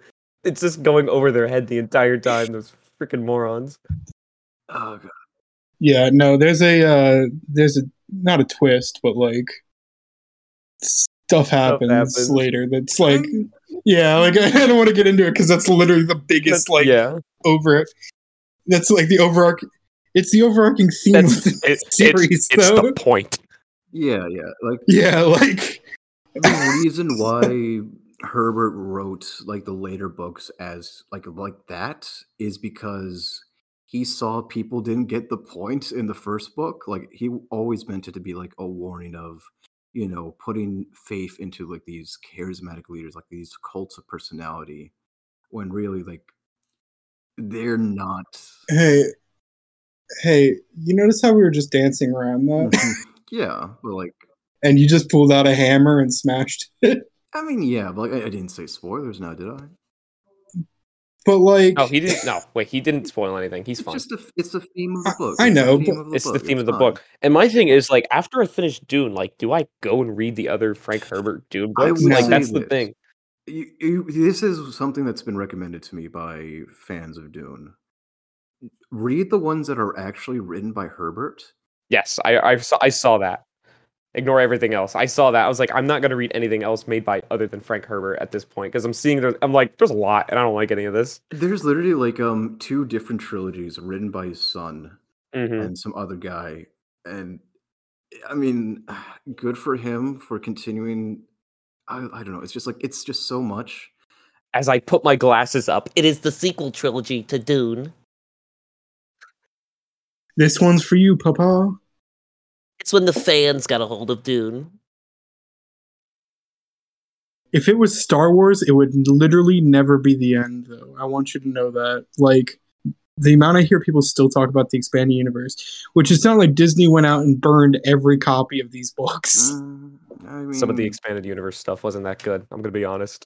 [SPEAKER 3] It's just going over their head the entire time. Those freaking morons.
[SPEAKER 1] oh god
[SPEAKER 2] Yeah, no, there's a uh, there's a not a twist, but like stuff happens,
[SPEAKER 3] happens. Mm.
[SPEAKER 2] later. That's like, yeah, like I don't want to get into it because that's literally the biggest
[SPEAKER 3] That's-
[SPEAKER 2] like
[SPEAKER 3] yeah,
[SPEAKER 2] over. That's like the overarching. It's the overarching theme of
[SPEAKER 3] that's
[SPEAKER 2] the
[SPEAKER 3] it,
[SPEAKER 2] series,
[SPEAKER 3] it's, it's
[SPEAKER 2] though.
[SPEAKER 3] the point.
[SPEAKER 1] yeah yeah like
[SPEAKER 2] yeah, like
[SPEAKER 1] the reason why Herbert wrote like the later books as like like that is because he saw people didn't get the point in the first book. Like he always meant it to be like a warning of, you know, putting faith into like these charismatic leaders, like these cults of personality, when really like they're not.
[SPEAKER 2] hey, hey, you notice how we were just dancing around
[SPEAKER 3] Mm-hmm.
[SPEAKER 2] that,
[SPEAKER 1] Mhm. yeah, but like
[SPEAKER 2] and you just pulled out a hammer and smashed it.
[SPEAKER 1] I mean, yeah, but like, I, I didn't say spoilers now, did I?
[SPEAKER 2] But like,
[SPEAKER 3] No, Oh, he didn't. No, wait, he didn't spoil anything. He's
[SPEAKER 1] It's
[SPEAKER 3] fine.
[SPEAKER 1] just a, it's the theme of
[SPEAKER 2] I-
[SPEAKER 1] the book.
[SPEAKER 2] I
[SPEAKER 1] It's the
[SPEAKER 2] know,
[SPEAKER 1] theme
[SPEAKER 2] but-
[SPEAKER 1] of
[SPEAKER 3] it's the theme of the
[SPEAKER 1] fine.
[SPEAKER 3] book. And my thing is like after I finish Dune, like do I go and read the other Frank Herbert Dune
[SPEAKER 1] I
[SPEAKER 3] books?
[SPEAKER 2] would
[SPEAKER 3] Like
[SPEAKER 2] say
[SPEAKER 3] that's the
[SPEAKER 1] this.
[SPEAKER 3] thing.
[SPEAKER 1] You, you, this is something that's been recommended to me by fans of Dune. Read the ones that are actually written by Herbert.
[SPEAKER 3] Yes, I I saw, I saw that. Ignore everything else. I saw that. I was like, I'm not gonna read anything else made by other than Frank Herbert at this point because I'm seeing there. I'm like, there's a lot, and I don't like any of this.
[SPEAKER 1] There's literally like um two different trilogies written by his son
[SPEAKER 3] Mhm.
[SPEAKER 1] and some other guy, and I mean, good for him for continuing. I, I don't know. It's just like it's just so much.
[SPEAKER 3] As I put my glasses up,
[SPEAKER 4] It is the sequel trilogy to Dune.
[SPEAKER 2] this one's for you, Papa.
[SPEAKER 4] It's when the fans got a hold of Dune.
[SPEAKER 2] if it was Star Wars, it would literally never be the end, though. I want you to know that. Like, the amount I hear people still talk about the expanded universe, which is not like Disney went out and burned every copy of these books.
[SPEAKER 1] Mm, I mean,
[SPEAKER 3] some of the expanded universe stuff wasn't that good. I'm gonna be honest.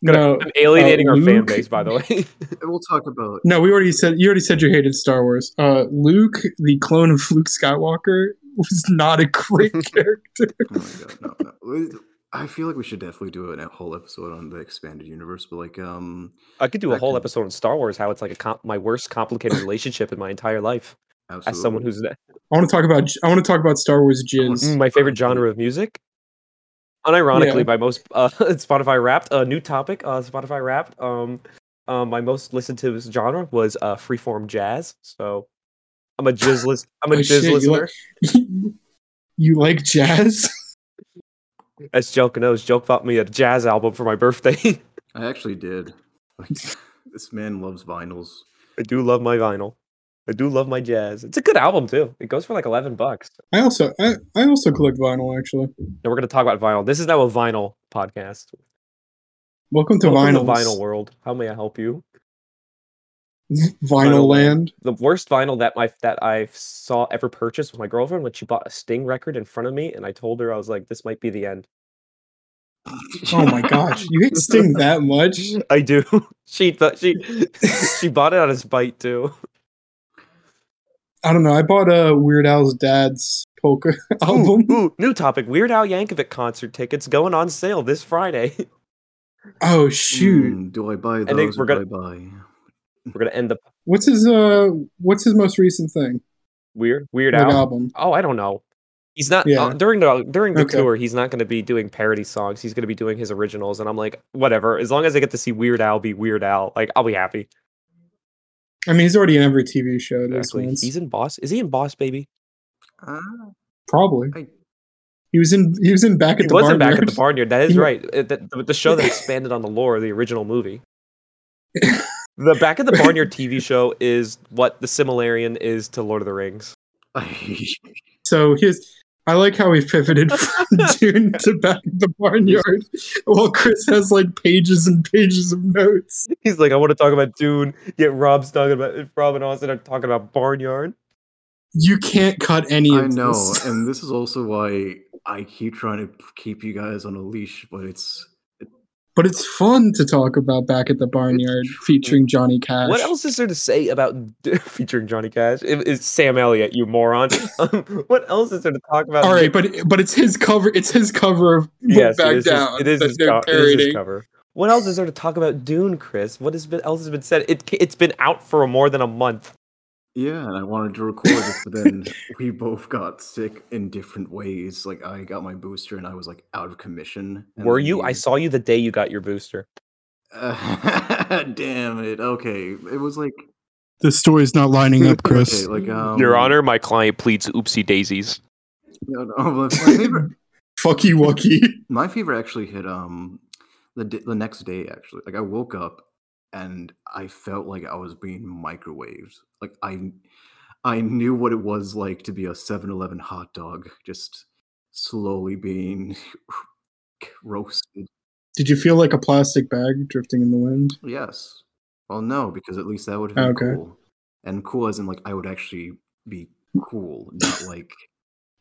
[SPEAKER 2] No,
[SPEAKER 3] I'm alienating our fan
[SPEAKER 2] Luke-
[SPEAKER 3] base, by the way.
[SPEAKER 1] we'll talk about
[SPEAKER 2] no, we already said you already said you hated Star Wars. Uh, Luke, the clone of Luke Skywalker, was not a great character.
[SPEAKER 1] Oh my god, no, no. We- I feel like we should definitely do a whole episode on the expanded universe, but like, um,
[SPEAKER 3] I could do a whole
[SPEAKER 1] Second.
[SPEAKER 3] episode on Star Wars, how it's like a comp- my worst complicated relationship in my entire life.
[SPEAKER 1] absolutely.
[SPEAKER 3] As someone who's
[SPEAKER 2] I want to talk about I want to talk about Star Wars jizz.
[SPEAKER 3] Mm, my favorite genre of music, unironically
[SPEAKER 2] Yeah.
[SPEAKER 3] by most uh, Spotify Wrapped, a new topic. Uh, Spotify Wrapped. Um, um, my most listened to genre was uh, freeform jazz. So I'm a jizz list. I'm a
[SPEAKER 2] Oh,
[SPEAKER 3] jizz
[SPEAKER 2] shit, you
[SPEAKER 3] listener. Mm.
[SPEAKER 2] you like jazz?
[SPEAKER 3] As Joke knows, Joke bought me a jazz album for my birthday.
[SPEAKER 1] I actually did. Like, this man loves vinyls.
[SPEAKER 3] I do love my vinyl. I do love my jazz. It's a good album too. It goes for like eleven bucks.
[SPEAKER 2] I also I, I also collect vinyl actually.
[SPEAKER 3] And we're gonna talk about vinyl. This is now a vinyl podcast.
[SPEAKER 2] Welcome to
[SPEAKER 3] Welcome
[SPEAKER 2] vinyl.
[SPEAKER 3] vinyl world. How may I help you?
[SPEAKER 2] vinyl,
[SPEAKER 3] Vinyl
[SPEAKER 2] land.
[SPEAKER 3] The worst vinyl that my that I've saw ever purchased was my girlfriend when she bought a Sting record in front of me, and I told her I was like, "This might be the end."
[SPEAKER 2] Oh my gosh, you hate Sting that much?
[SPEAKER 3] I do. she thought she she bought it out of spite too.
[SPEAKER 2] I don't know. I bought a uh, Weird Al's dad's polka album.
[SPEAKER 3] Ooh, ooh, new topic: Weird Al Yankovic concert tickets going on sale this Friday.
[SPEAKER 2] Oh shoot,
[SPEAKER 1] Mm, do I buy those?
[SPEAKER 3] think we're
[SPEAKER 1] or
[SPEAKER 3] gonna-
[SPEAKER 1] do I buy?
[SPEAKER 3] we're gonna end the
[SPEAKER 2] what's his uh, what's his most recent thing?
[SPEAKER 3] weird Weird
[SPEAKER 2] Like
[SPEAKER 3] Al.
[SPEAKER 2] album.
[SPEAKER 3] Oh, I don't know. He's not
[SPEAKER 2] Yeah.
[SPEAKER 3] uh, during the during the
[SPEAKER 2] Okay.
[SPEAKER 3] tour. He's not going to be doing parody songs. He's going to be doing his originals. And I'm like, whatever. As long as I get to see Weird Al be Weird Al, like I'll be happy.
[SPEAKER 2] I mean, he's already in every TV show. at least
[SPEAKER 3] Exactly.
[SPEAKER 2] once.
[SPEAKER 3] He's in Boss. Is he in Boss Baby?
[SPEAKER 1] Uh,
[SPEAKER 2] Probably.
[SPEAKER 1] I-
[SPEAKER 2] He was in. He was in back at
[SPEAKER 3] He
[SPEAKER 2] the
[SPEAKER 3] wasn't back at
[SPEAKER 2] Barnyard.
[SPEAKER 3] the barnyard. That is
[SPEAKER 2] He-
[SPEAKER 3] right. Uh, The, the- the show that expanded on the lore of the original movie. The back at the barnyard TV show is what the Similarian is to Lord of the Rings.
[SPEAKER 2] So here's. I like how we pivoted from Dune to back at the barnyard, while Chris has like pages and pages of notes.
[SPEAKER 3] He's like, I want to talk about Dune. Yet Rob's talking about Rob and Austin are talking about barnyard.
[SPEAKER 2] You can't cut any
[SPEAKER 1] I
[SPEAKER 2] of
[SPEAKER 1] know,
[SPEAKER 2] this.
[SPEAKER 1] and this is also why I keep trying to keep you guys on a leash, but it's
[SPEAKER 2] But it's fun to talk about back at the barnyard featuring Johnny Cash.
[SPEAKER 3] What else is there to say about featuring Johnny Cash? It- it's Sam Elliott, you moron. um, what else is there to talk about?
[SPEAKER 2] All right, but but it's his cover. It's his cover of Look
[SPEAKER 3] yes,
[SPEAKER 2] Back
[SPEAKER 3] it is, his-
[SPEAKER 2] Down.
[SPEAKER 3] it, is
[SPEAKER 2] that
[SPEAKER 3] his
[SPEAKER 2] they're
[SPEAKER 3] co- it is his
[SPEAKER 2] parroting.
[SPEAKER 3] cover. What else is there to talk about Dune, Chris? What has been, else has been said? It, it's been out for more than a month.
[SPEAKER 1] yeah. And I wanted to record this, but then we both got sick in different ways. Like I got my booster, and I was like out of commission. and
[SPEAKER 3] Were
[SPEAKER 1] then
[SPEAKER 3] you? I saw you the day you got your booster.
[SPEAKER 1] Uh, damn it. Okay, it was like
[SPEAKER 2] The story's not lining up, Chris.
[SPEAKER 1] okay, like um,
[SPEAKER 3] my client pleads oopsie daisies.
[SPEAKER 1] No, no, my favorite,
[SPEAKER 2] Fucky wucky.
[SPEAKER 1] my fever actually hit um the d- the next day actually like i woke up and i felt like i was being microwaved like i i knew what it was like to be a 7-eleven hot dog just slowly being roasted
[SPEAKER 2] Did you feel like a plastic bag drifting in the wind?
[SPEAKER 1] yes well no because at least that would have been
[SPEAKER 2] Okay.
[SPEAKER 1] cool and cool as in like i would actually be cool not like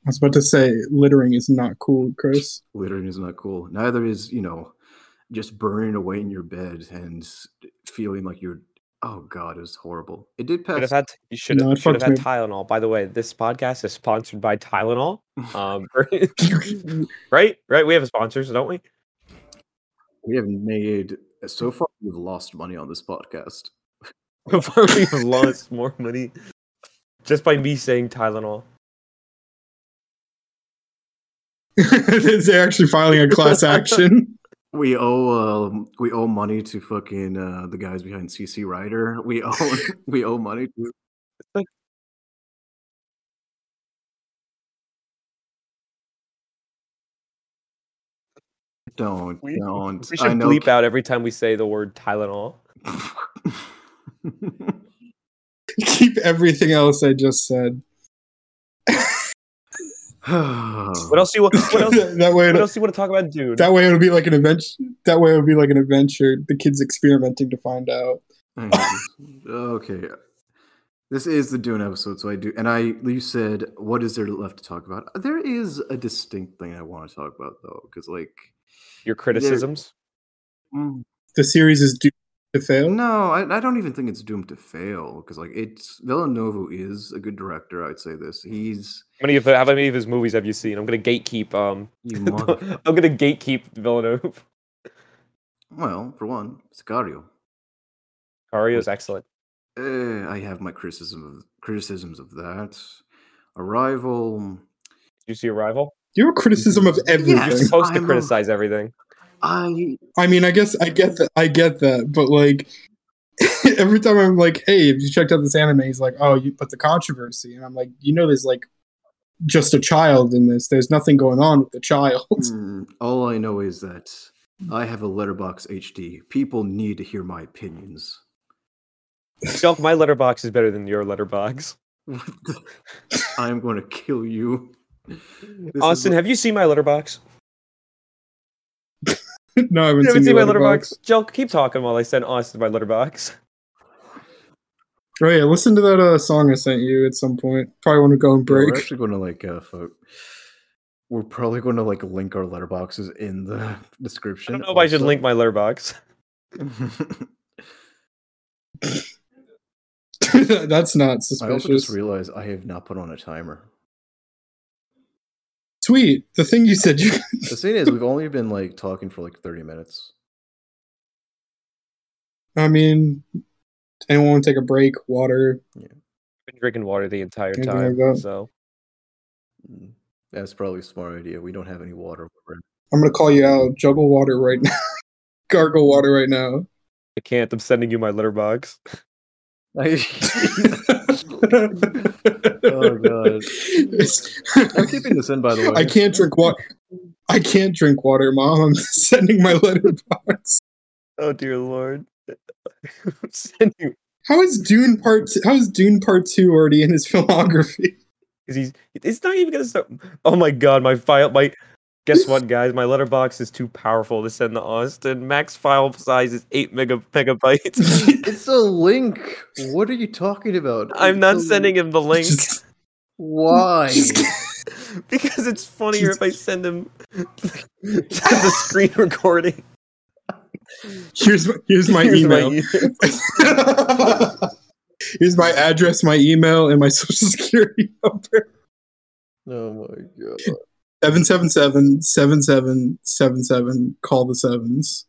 [SPEAKER 2] I was about to say littering is not cool, Chris.
[SPEAKER 1] littering is not cool. Neither is, you know, just burning away in your bed and feeling like you're, oh God, it was horrible. It did
[SPEAKER 3] Should have
[SPEAKER 1] pass.
[SPEAKER 3] had, you should have,
[SPEAKER 2] No, it
[SPEAKER 3] should have
[SPEAKER 2] fucked me.
[SPEAKER 3] had Tylenol. By the way, this podcast is sponsored by Tylenol. Um, right, right. We have sponsors, don't we?
[SPEAKER 1] we have made, uh, so
[SPEAKER 3] Mm.
[SPEAKER 1] far, we've lost money on this podcast.
[SPEAKER 3] Before we've lost more money just by me saying Tylenol.
[SPEAKER 2] They're actually filing a class action.
[SPEAKER 1] We owe um, we owe money to fucking uh, the guys behind CC Rider. We owe we owe money to don't
[SPEAKER 3] We-
[SPEAKER 1] don't
[SPEAKER 3] We should
[SPEAKER 1] I know
[SPEAKER 3] bleep out every time we say the word Tylenol.
[SPEAKER 2] Keep everything else I just said.
[SPEAKER 3] What else do you want? What else?
[SPEAKER 2] that way,
[SPEAKER 3] What
[SPEAKER 2] it'll,
[SPEAKER 3] else do you want to talk about, dude?
[SPEAKER 2] that way it'll be like an adventure. That way it'll be like an adventure. The kids experimenting to find out.
[SPEAKER 1] I know. okay. This is the Dune episode, so I do. And I, you said, what is there left to talk about? There is a distinct thing I want to talk about, though, because like,
[SPEAKER 3] Your criticisms.
[SPEAKER 1] mm,
[SPEAKER 2] The series is doomed to fail.
[SPEAKER 1] no, I, I don't even think it's doomed to fail, because like, it's Villeneuve is a good director. I'd say this. He's
[SPEAKER 3] How many of how many of his movies have you seen? I'm gonna gatekeep. Um,
[SPEAKER 1] you mother-
[SPEAKER 3] I'm gonna gatekeep Villeneuve.
[SPEAKER 1] well, for one, Sicario.
[SPEAKER 3] Cario's excellent.
[SPEAKER 1] Eh, I have my criticism of criticisms of that. Arrival.
[SPEAKER 3] Did you see Arrival?
[SPEAKER 2] You have a criticism of everything.
[SPEAKER 3] You're
[SPEAKER 1] Yes.
[SPEAKER 3] supposed to
[SPEAKER 1] I'm a-
[SPEAKER 3] criticize everything.
[SPEAKER 1] I
[SPEAKER 2] I mean, I guess I get that. I get that, but like every time I'm like, "Hey, have you checked out this anime?" He's like, "Oh, you but the controversy," and I'm like, "You know, there's like just a child in this. There's nothing going on with the child."
[SPEAKER 1] Mm, all I know is that I have a letterbox HD. People need to hear my opinions.
[SPEAKER 3] Junk, my letterbox is better than your letterbox.
[SPEAKER 1] What the- I'm going to kill you. This is
[SPEAKER 3] Austin,
[SPEAKER 1] what-
[SPEAKER 3] have you seen my letterbox?
[SPEAKER 2] no, I haven't
[SPEAKER 3] You
[SPEAKER 2] seen,
[SPEAKER 3] haven't seen my
[SPEAKER 2] letterbox.
[SPEAKER 3] letterbox. Junk, keep talking while I send Austin my letterbox.
[SPEAKER 2] Oh yeah, listen to that uh, song I sent you at some point. Probably want to go and
[SPEAKER 1] Yeah,
[SPEAKER 2] break.
[SPEAKER 1] We're actually going to like uh, fo- we're probably going to like link our letterboxes in the
[SPEAKER 3] I
[SPEAKER 1] description.
[SPEAKER 3] don't know if I should
[SPEAKER 1] also.
[SPEAKER 3] link my letterbox.
[SPEAKER 2] That's not
[SPEAKER 1] I also just
[SPEAKER 2] suspicious.
[SPEAKER 1] realized I have not put on a timer.
[SPEAKER 2] Sweet, the thing you said. You-
[SPEAKER 1] The thing is, we've only been like talking for like 30 minutes.
[SPEAKER 2] I mean, anyone want to take a break? Water.
[SPEAKER 3] been drinking water the entire
[SPEAKER 2] Anything like
[SPEAKER 3] time.
[SPEAKER 2] that.
[SPEAKER 3] So
[SPEAKER 1] Mm. That's probably a smart idea. We don't have any water.
[SPEAKER 2] I'm gonna call you out. Juggle water right now. Gargle water right now.
[SPEAKER 3] I can't. I'm sending you my litter box.
[SPEAKER 1] Oh, God.
[SPEAKER 2] It's-
[SPEAKER 1] I'm keeping this in, by the way.
[SPEAKER 2] I can't drink water. I can't drink water, Mom. I'm sending my letterbox.
[SPEAKER 3] Oh dear lord. I'm sending you
[SPEAKER 2] How is Dune Part? Two, how is Dune Part Two already in his filmography?
[SPEAKER 3] 'cause he's it's not even gonna start. Oh my god, my file my guess what guys? My letterbox is too powerful to send to Austin. Max file size is eight mega megabytes.
[SPEAKER 1] It's a link. What are you talking about?
[SPEAKER 3] I'm not sending him the link
[SPEAKER 2] Just-
[SPEAKER 1] Why?
[SPEAKER 2] just-
[SPEAKER 3] because it's funnier if I send him the screen recording.
[SPEAKER 2] here's my, here's my
[SPEAKER 3] Here's
[SPEAKER 2] email.
[SPEAKER 3] e-
[SPEAKER 2] here's my address, my email, and my social security number.
[SPEAKER 1] Oh my god.
[SPEAKER 2] 777-7777. Call the sevens.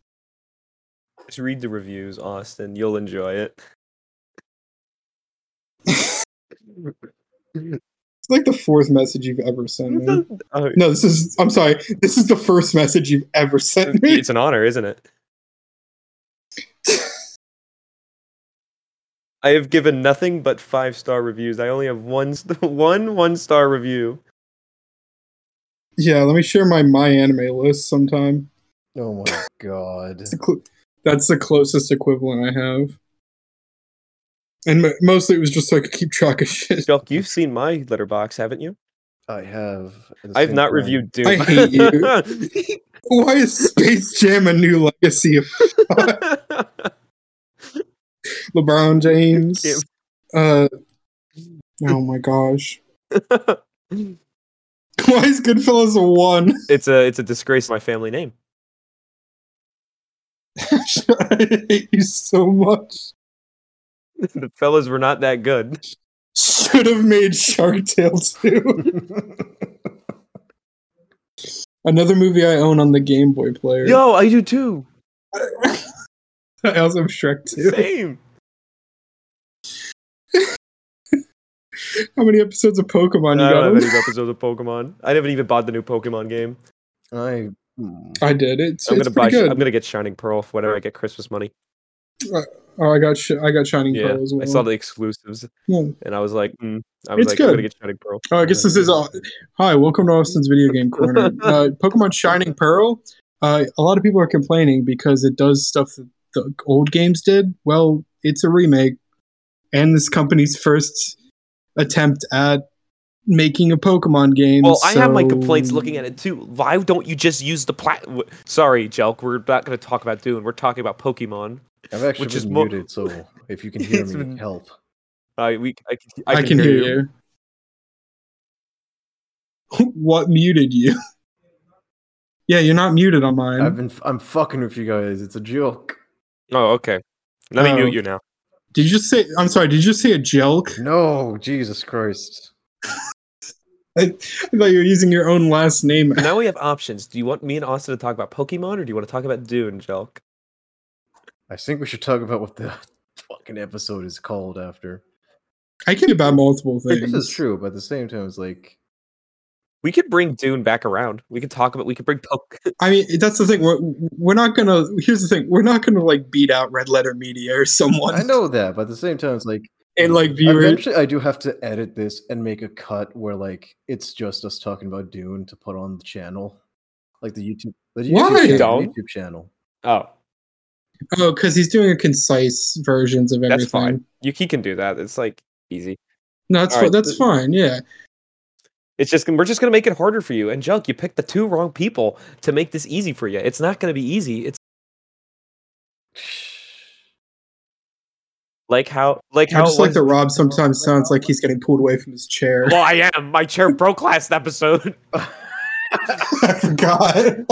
[SPEAKER 3] Just read the reviews, Austin. You'll enjoy it.
[SPEAKER 2] It's like the fourth message you've ever sent me.
[SPEAKER 3] Oh,
[SPEAKER 2] No, this is. I'm sorry. This is the first message you've ever sent me.
[SPEAKER 3] it's an honor, isn't it? I have given nothing but five star reviews. I only have one st- one one star review.
[SPEAKER 2] Yeah, let me share my my anime list sometime.
[SPEAKER 1] Oh my god.
[SPEAKER 2] It's the cl- that's the closest equivalent I have. And m- mostly it was just so I could keep track of shit.
[SPEAKER 3] Jelk, you've seen my letterbox, haven't you?
[SPEAKER 1] I have. at the
[SPEAKER 3] I've
[SPEAKER 1] same
[SPEAKER 3] not
[SPEAKER 1] time-
[SPEAKER 3] reviewed Doom.
[SPEAKER 2] I hate Why is Space Jam a new legacy of LeBron James? Uh, oh my gosh. Why is Goodfellas a one?
[SPEAKER 3] it's a it's a disgrace to my family name.
[SPEAKER 2] I hate you so much.
[SPEAKER 3] The fellas were not that good.
[SPEAKER 2] Should have made Shark Tale 2. Another movie I own on the Game Boy player.
[SPEAKER 3] Yo, I do too.
[SPEAKER 2] I also have Shrek 2.
[SPEAKER 3] Same.
[SPEAKER 2] How many episodes of Pokemon
[SPEAKER 3] I
[SPEAKER 2] you got?
[SPEAKER 3] don't
[SPEAKER 2] on
[SPEAKER 3] have any episodes of Pokemon. I haven't even bought the new Pokemon game.
[SPEAKER 1] I. hmm.
[SPEAKER 2] I did. It's,
[SPEAKER 3] I'm
[SPEAKER 2] it's
[SPEAKER 3] gonna buy.
[SPEAKER 2] pretty good.
[SPEAKER 3] I'm gonna get Shining Pearl for whenever I get Christmas money.
[SPEAKER 2] Oh, I got sh- I got Shining
[SPEAKER 3] Yeah,
[SPEAKER 2] Pearl as well.
[SPEAKER 3] I saw the exclusives,
[SPEAKER 2] Yeah.
[SPEAKER 3] and I was like, mm. I was
[SPEAKER 2] It's
[SPEAKER 3] like, I'm
[SPEAKER 2] good.
[SPEAKER 3] gonna get Shining Pearl.
[SPEAKER 2] Oh, I guess this is all. Hi, welcome to Austin's Video Game Corner. Uh, Pokemon Shining Pearl. Uh, a lot of people are complaining because it does stuff that the old games did. Well, it's a remake, and this company's first attempt at making a Pokemon game.
[SPEAKER 3] Well, I have my
[SPEAKER 2] so-
[SPEAKER 3] complaints looking at it too. Why don't you just use the plat? w- Sorry, Jelk, we're not gonna talk about Dune. We're talking about Pokemon.
[SPEAKER 1] I've actually
[SPEAKER 3] Which is
[SPEAKER 1] been
[SPEAKER 3] mo-
[SPEAKER 1] muted, so if you can hear
[SPEAKER 3] It's
[SPEAKER 1] me,
[SPEAKER 3] been-
[SPEAKER 1] help.
[SPEAKER 3] I we I can,
[SPEAKER 2] I, can hear you. what muted you? yeah, you're not muted on mine.
[SPEAKER 1] I've been. f- I'm fucking with you guys. It's a joke.
[SPEAKER 3] Oh, okay. Let me
[SPEAKER 2] Oh.
[SPEAKER 3] mute you now.
[SPEAKER 2] Did you just say? I'm sorry. Did you just say a jelk?
[SPEAKER 1] No, Jesus Christ.
[SPEAKER 2] I, I thought you were using your own last name.
[SPEAKER 3] now we have options. Do you want me and Austin to talk about Pokemon, or do you want to talk about Dune, Jelk?
[SPEAKER 1] I think we should talk about what the fucking episode is called after.
[SPEAKER 2] I can about multiple
[SPEAKER 1] This
[SPEAKER 2] things.
[SPEAKER 1] is true, but at the same time, it's like
[SPEAKER 3] We could bring Dune back around. We could talk about. We could bring Poke.
[SPEAKER 2] I mean, that's the thing. We're, we're not gonna. Here's the thing. We're not gonna like beat out Red Letter Media or someone.
[SPEAKER 1] I know that, but at the same time, it's like
[SPEAKER 2] And like viewers.
[SPEAKER 1] eventually, I do have to edit this and make a cut where like it's just us talking about Dune to put on the channel, like the YouTube, the YouTube,
[SPEAKER 2] Why?
[SPEAKER 1] channel,
[SPEAKER 3] Don't.
[SPEAKER 1] YouTube channel.
[SPEAKER 3] Oh,
[SPEAKER 2] Oh, because he's doing a concise versions of everything.
[SPEAKER 3] that's fine. You he can do that. It's like easy.
[SPEAKER 2] No, that's
[SPEAKER 3] All
[SPEAKER 2] fi-
[SPEAKER 3] right.
[SPEAKER 2] that's fine. Yeah.
[SPEAKER 3] It's just we're just gonna make it harder for you. And Junk, you picked the two wrong people to make this easy for you. It's not gonna be easy. It's like how like
[SPEAKER 2] I
[SPEAKER 3] how
[SPEAKER 2] just
[SPEAKER 3] it
[SPEAKER 2] like
[SPEAKER 3] was-
[SPEAKER 2] that Rob sometimes sounds like he's getting pulled away from his chair.
[SPEAKER 3] well I am my chair broke last episode.
[SPEAKER 2] I forgot.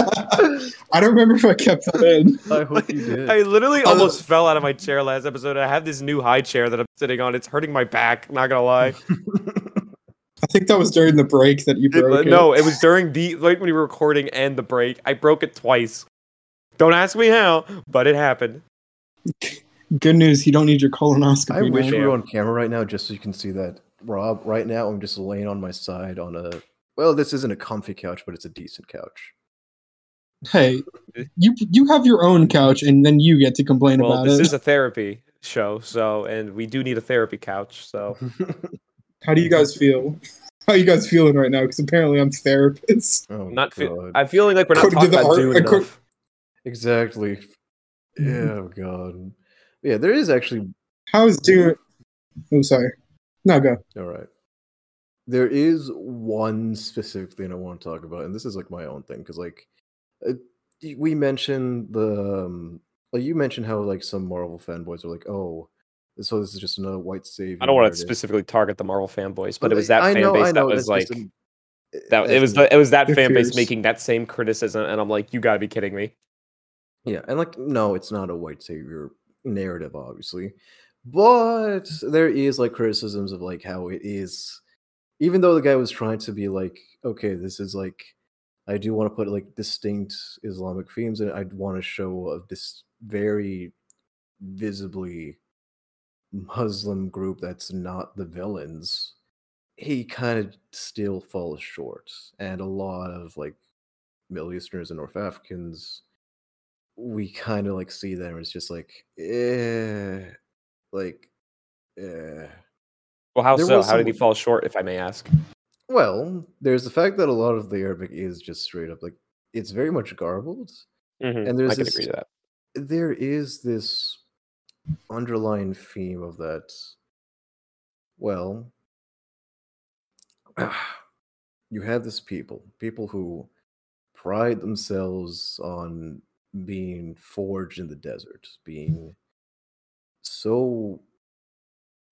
[SPEAKER 2] I don't remember if I kept that in.
[SPEAKER 1] I hope you did.
[SPEAKER 3] I literally
[SPEAKER 2] Oh.
[SPEAKER 3] almost fell out of my chair last episode. I have this new high chair that I'm sitting on. It's hurting my back. Not gonna lie.
[SPEAKER 2] I think that was during the break that you
[SPEAKER 3] It-
[SPEAKER 2] broke.
[SPEAKER 3] no, it was during the like when we were recording and the break. I broke it twice. Don't ask me how, but it happened.
[SPEAKER 2] it. Good news. You don't need your colonoscopy.
[SPEAKER 1] I wish
[SPEAKER 2] now.
[SPEAKER 1] we were on camera right now, just so you can see that Rob. Right now, I'm just laying on my side on a well, this isn't a comfy couch, but it's a decent couch.
[SPEAKER 2] Hey, you you have your own couch, and then you get to complain
[SPEAKER 3] Well,
[SPEAKER 2] about
[SPEAKER 3] this
[SPEAKER 2] it.
[SPEAKER 3] is a therapy show, so and we do need a therapy couch. So
[SPEAKER 2] How do you guys feel? How you guys feeling right now? Because apparently I'm therapist.
[SPEAKER 1] oh,
[SPEAKER 3] I'm not
[SPEAKER 1] God.
[SPEAKER 3] feel, I'm feeling like we're not
[SPEAKER 2] According to
[SPEAKER 3] talking
[SPEAKER 2] the
[SPEAKER 3] about
[SPEAKER 2] art-
[SPEAKER 3] Dune
[SPEAKER 2] accor-
[SPEAKER 3] enough.
[SPEAKER 1] exactly. Yeah, oh God. Yeah, there is actually
[SPEAKER 2] How is Dune? Oh, sorry. No, go.
[SPEAKER 1] All right. There is one specific thing I want to talk about, and this is like my own thing because like uh, y- we mentioned the um, like you mentioned how like some Marvel fanboys are like, oh, so this is just another white savior.
[SPEAKER 3] I don't want to
[SPEAKER 1] narrative."
[SPEAKER 3] specifically target the Marvel fanboys, but it was
[SPEAKER 1] like,
[SPEAKER 3] that
[SPEAKER 1] I
[SPEAKER 3] fan
[SPEAKER 1] know- I
[SPEAKER 3] base that
[SPEAKER 1] know,
[SPEAKER 3] was
[SPEAKER 1] that's
[SPEAKER 3] like
[SPEAKER 1] just an-
[SPEAKER 3] that. It
[SPEAKER 1] that's
[SPEAKER 3] was
[SPEAKER 1] an-
[SPEAKER 3] the, it was that
[SPEAKER 2] They're
[SPEAKER 3] fan base
[SPEAKER 2] fierce.
[SPEAKER 3] making that same criticism, and I'm like, you gotta be kidding me.
[SPEAKER 1] Yeah, and like no, it's not a white savior narrative, obviously, but there is like criticisms of like how it is, even though the guy was trying to be like, okay, this is like, I do want to put like distinct Islamic themes, and I want to show of this very visibly Muslim group that's not the villains. He kind of still falls short, and a lot of like Middle Easterners and North Africans we kind of like see them as just like eh, like eh.
[SPEAKER 3] Well, how
[SPEAKER 1] There
[SPEAKER 3] so?
[SPEAKER 1] was
[SPEAKER 3] How did he
[SPEAKER 1] some-
[SPEAKER 3] fall short, if I may ask?
[SPEAKER 1] well there's the fact that a lot of the arabic is just straight up like it's very much garbled
[SPEAKER 3] Mhm,
[SPEAKER 1] and there's
[SPEAKER 3] I can
[SPEAKER 1] this
[SPEAKER 3] agree to that.
[SPEAKER 1] there is this underlying theme of that well you have this people people who pride themselves on being forged in the desert being so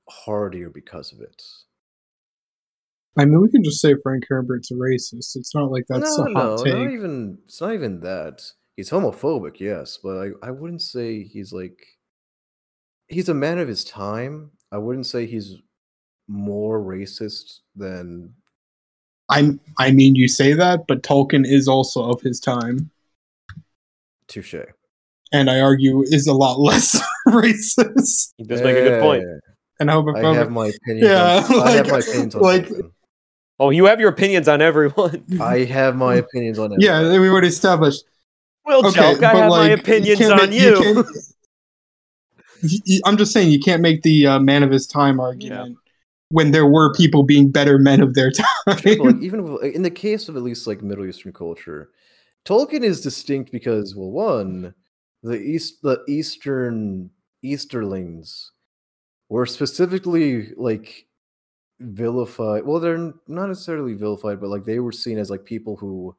[SPEAKER 1] hardier because of it
[SPEAKER 2] I mean, we can just say Frank Herbert's a racist. It's not like that's
[SPEAKER 1] no,
[SPEAKER 2] a hot
[SPEAKER 1] no, not
[SPEAKER 2] take.
[SPEAKER 1] even. It's not even that. He's homophobic, yes, but I, I wouldn't say he's like. He's a man of his time. I wouldn't say he's more racist than.
[SPEAKER 2] I I mean, you say that, but Tolkien is also of his time,
[SPEAKER 1] Touche.
[SPEAKER 2] and I argue is a lot less racist
[SPEAKER 3] He does make a good point.
[SPEAKER 1] Yeah,
[SPEAKER 2] and homophobic.
[SPEAKER 1] Eh, I have my opinions.
[SPEAKER 2] Yeah,
[SPEAKER 1] on, I have
[SPEAKER 2] like-
[SPEAKER 1] my opinions on.
[SPEAKER 2] like-
[SPEAKER 1] Tolkien.
[SPEAKER 3] Oh, you have your opinions on everyone.
[SPEAKER 1] I have my opinions on. everything.
[SPEAKER 2] yeah, we already established.
[SPEAKER 3] Well,
[SPEAKER 2] Okay,
[SPEAKER 3] Joke, I
[SPEAKER 2] but
[SPEAKER 3] have my
[SPEAKER 2] like,
[SPEAKER 3] opinions
[SPEAKER 2] can't
[SPEAKER 3] on
[SPEAKER 2] make- you
[SPEAKER 3] you.
[SPEAKER 2] can't- you- you- I'm just saying you can't make the uh, man of his time argument when there were people being better men of their
[SPEAKER 1] Sure, but,
[SPEAKER 2] time.
[SPEAKER 1] like, even with- in the case of at least like Middle Eastern culture, Tolkien is distinct because well, one, the east, the Eastern Easterlings were specifically like vilified. Well, they're n- not necessarily vilified, but like they were seen as like people who